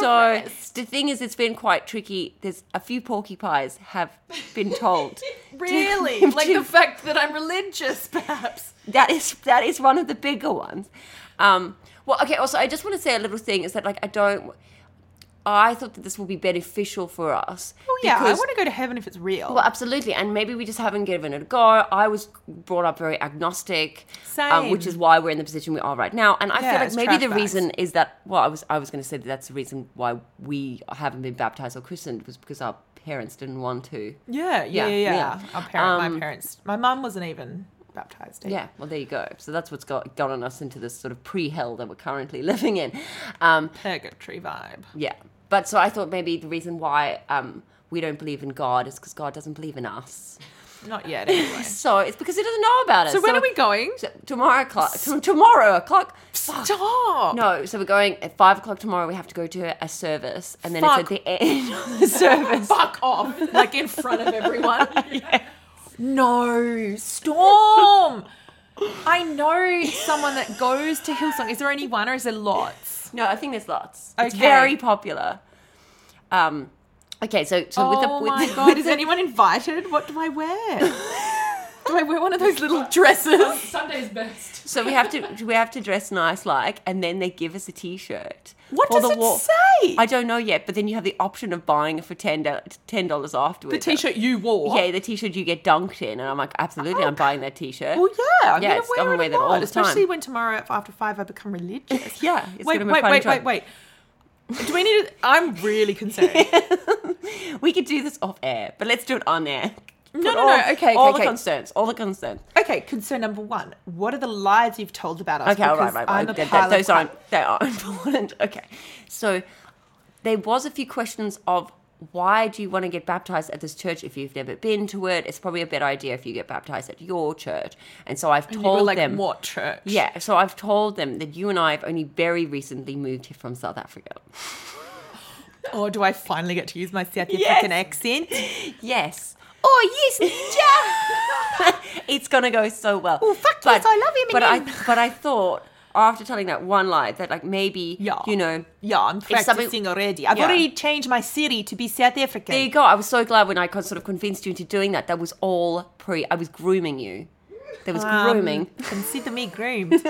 S3: so the thing is, it's been quite tricky. There's a few porcupines have been told
S2: Really?
S3: Do-
S2: like
S3: do-
S2: the fact that I'm religious, perhaps.
S3: that is that is one of the bigger ones. Um, well, okay. Also, I just want to say a little thing is that like I don't. I thought that this will be beneficial for us.
S2: Oh yeah, I
S3: because-
S2: want to go to heaven if it's real.
S3: Well, absolutely, and maybe we just haven't given it a go. I was brought up very agnostic, uh,
S2: Same.
S3: which is why we're in the position we are right now. And I
S2: Yeah,
S3: feel
S2: it's
S3: like maybe the
S2: trash bags.
S3: reason is that well, I was I was going to say that that's the reason why we haven't been baptized or christened was because our parents didn't want to.
S2: yeah, yeah, yeah,
S3: yeah,
S2: yeah.
S3: yeah.
S2: Our parent, my
S3: Um,
S2: parents, my mum wasn't even baptized. either.
S3: Yeah, well, there you go. So that's what's got gotten us into this sort of pre-hell that we're currently living in. Um,
S2: purgatory vibe.
S3: yeah, but so I thought maybe the reason why um, we don't believe in God is because God doesn't believe in us.
S2: Not yet, anyway.
S3: So it's because He doesn't know about us.
S2: so when are we going?
S3: So tomorrow o'clock. t- tomorrow o'clock.
S2: Stop.
S3: No, so we're going at five o'clock tomorrow. We have to go to a service, and then
S2: Fuck.
S3: it's at the end of the service.
S2: Fuck off. Like in front of everyone. No, Storm. I know someone that goes to Hillsong. Is there only one or is there lots?
S3: No, I think there's lots. It's
S2: Okay.
S3: very popular. Um, okay, so so with the
S2: oh
S3: with
S2: my
S3: the,
S2: god, is anyone invited? What do I wear? do I wear one of those little dresses?
S5: Sunday's best.
S3: so we have to we have to dress nice like, and then they give us a T-shirt.
S2: What
S3: for
S2: does
S3: the
S2: it
S3: walk.
S2: say?
S3: I don't know yet, but then you have the option of buying it for ten dollars
S2: the
S3: afterwards.
S2: t-shirt you wore.
S3: Yeah, the T-shirt you get dunked in, and I'm like, absolutely, I'm buying that T-shirt.
S2: Well, yeah, I'm
S3: Yeah,
S2: gonna
S3: it's-
S2: wear,
S3: I'm gonna
S2: it
S3: wear
S2: a
S3: that all
S2: lot,
S3: the time.
S2: especially when tomorrow after five I become religious.
S3: Yeah, it's
S2: wait,
S3: gonna be
S2: wait,
S3: fun
S2: wait,
S3: time.
S2: wait, wait. Do we need to? I'm really concerned.
S3: We could do this off air, but let's do it on air.
S2: No,
S3: Put
S2: no,
S3: all,
S2: no, okay,
S3: all
S2: okay,
S3: the
S2: okay.
S3: concerns. All the concerns.
S2: Okay, concern number one: What are the lies you've told about us?
S3: Okay, all right,
S2: Because
S3: right,
S2: I'm
S3: right.
S2: a
S3: Th- th-
S2: pile of
S3: those
S2: crap.
S3: aren't they are important. Okay, so there was a few questions of why do you want to get baptized at this church if you've never been to it? It's probably a better idea if you get baptized at your church. And so I've
S2: You
S3: told
S2: were like
S3: them
S2: what church?
S3: Yeah, so I've told them that you and I have only very recently moved here from South Africa.
S2: Or do I finally get to use my South African accent?
S3: Yes.
S2: Oh yes,
S3: it's gonna go so well.
S2: Oh, fuck yes, I love him
S3: But
S2: and
S3: I but I thought after telling that one lie that like maybe
S2: Yeah.
S3: you know
S2: yeah, I'm
S3: If something-
S2: practicing already. I've
S3: Yeah.
S2: already changed my city to be South African.
S3: there you go. I was so glad when I con- sort of convinced you into doing that. That was all pre. I was grooming you. There was
S2: Um,
S3: grooming,
S2: Consider me groomed.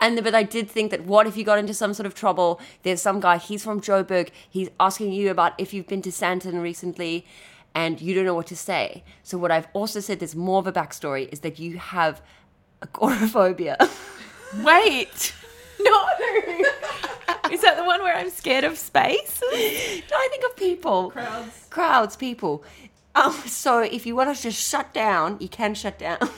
S3: and but I did think that what if you got into some sort of trouble? There's some guy. He's from Joburg. He's asking you about if you've been to Santon recently, and you don't know what to say. So what I've also said, there's more of a backstory, is that you have agoraphobia.
S2: Wait, no. Is
S3: that the one where I'm scared of space? no, I think of people.
S5: Crowds.
S3: Crowds, people. Um, so if you want us to shut down, you can shut down.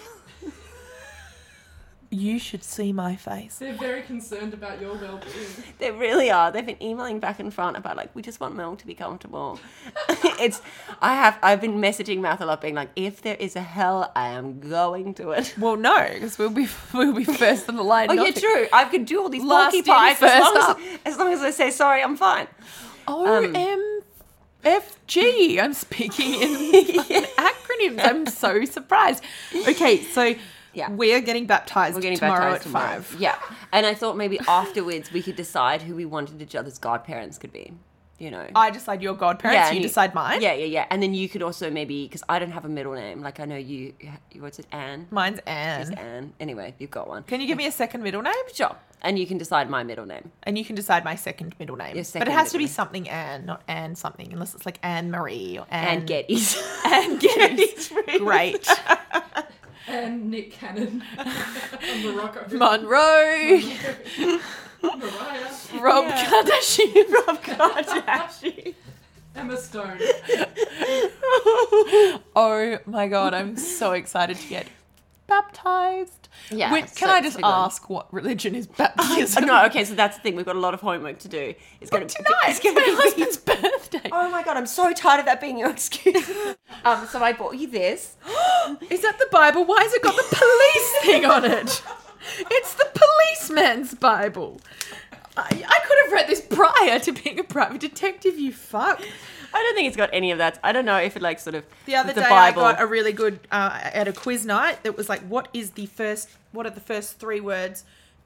S2: You should see my face.
S5: They're very concerned about your well being.
S3: they really are. They've been emailing back and front about like we just want Mel to be comfortable. it's I have I've been messaging Mel a lot being like, if there is a hell, I am going to it.
S2: Well, no, because we'll be we'll be first in the line.
S3: Oh
S2: not
S3: yeah,
S2: to-
S3: true. I could do all these
S2: Last
S3: porky
S2: in,
S3: pies as
S2: first
S3: long
S2: up.
S3: as, as long as I say sorry, I'm fine.
S2: Um, OMFG. I'm speaking in fucking acronyms. I'm so surprised. Okay, so
S3: Yeah.
S2: we are getting baptized
S3: We're getting
S2: tomorrow
S3: baptized
S2: at
S3: tomorrow.
S2: five.
S3: Yeah. And I thought maybe afterwards we could decide who we wanted each other's godparents could be. You know.
S2: I decide your godparents,
S3: and
S2: you decide mine.
S3: Yeah, yeah, yeah. And then you could also maybe because I don't have a middle name. Like I know you. you- What's it? Anne.
S2: Mine's
S3: It's
S2: Anne.
S3: Anne. Anyway, you've got one.
S2: Can you give me a second middle name?
S3: Sure. And you can decide my middle name.
S2: And you can decide my second middle name.
S3: Your
S2: but
S3: second
S2: it has to
S3: middle
S2: be
S3: name.
S2: something Anne, not Anne something, unless it's like Anne Marie or Anne.
S3: And, Getty's.
S2: Anne Geddes. Great.
S5: And Nick Cannon. and Morocco.
S2: Monroe.
S5: Mariah.
S2: Rob Kardashian. Rob Kardashian.
S5: Emma Stone.
S2: oh my god, I'm so excited to get baptized.
S3: Yeah,
S2: Wait,
S3: so
S2: can I
S3: it's
S2: just
S3: a good one.
S2: ask what religion is baptism?
S3: Oh, no, okay. So that's the thing. We've got a lot of homework to do. It's going to
S2: Tonight, it's my husband's birthday.
S3: Oh my god, I'm so tired of that being your excuse. um, so I bought you this.
S2: Is that the Bible? Why has it got the police thing on it? It's the policeman's Bible. I, I could have read this prior to being a private detective, you fuck.
S3: I don't think it's got any of that. I don't know if it like sort of
S2: The other day, I got a really good uh, at a quiz night. It was like, what is the first? What are the first three words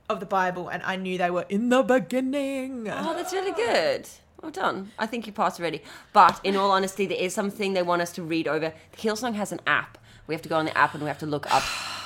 S2: of the Bible? And I knew they were in the beginning.
S3: Oh, that's really good. Well done. I think you passed already. But in all honesty, there is something they want us to read over. Hillsong has an app. We have to go on the app and we have to look up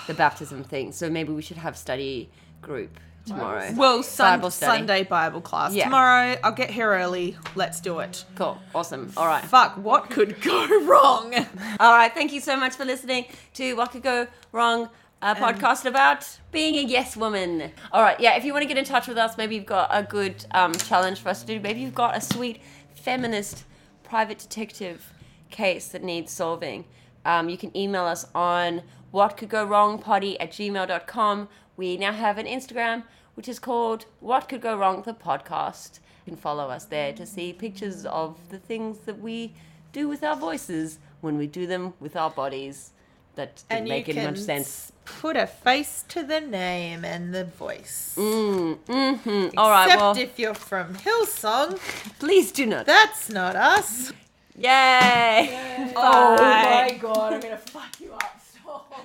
S3: the baptism thing. So maybe we should have study group tomorrow.
S2: Well, sun-
S3: Bible study.
S2: Sunday Bible class
S3: Yeah.
S2: tomorrow. I'll get here early. Let's do it.
S3: Cool. Awesome. All right.
S2: Fuck, what could go wrong?
S3: All right. Thank you so much for listening to What Could Go Wrong, a podcast about being a yes woman. All right. Yeah. If you want to get in touch with us, maybe you've got a good um, challenge for us to do. Maybe you've got a sweet feminist private detective case that needs solving. Um, you can email us on what could go wrong potty at gmail.com. We now have an Instagram which is called What Could Go Wrong the Podcast. You can follow us there to see pictures of the things that we do with our voices when we do them with our bodies. That didn't make any much sense.
S2: put a face to the name and the voice.
S3: Mm, all right,
S2: Except
S3: well,
S2: if you're from Hillsong,
S3: please do not.
S2: that's not us.
S3: Yay!
S2: Oh my
S5: god, I'm gonna fuck you up. Stop.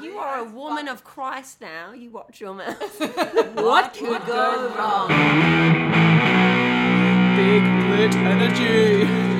S3: You are a woman of Christ now. You watch your mouth.
S2: What could go
S4: Big Lit Energy.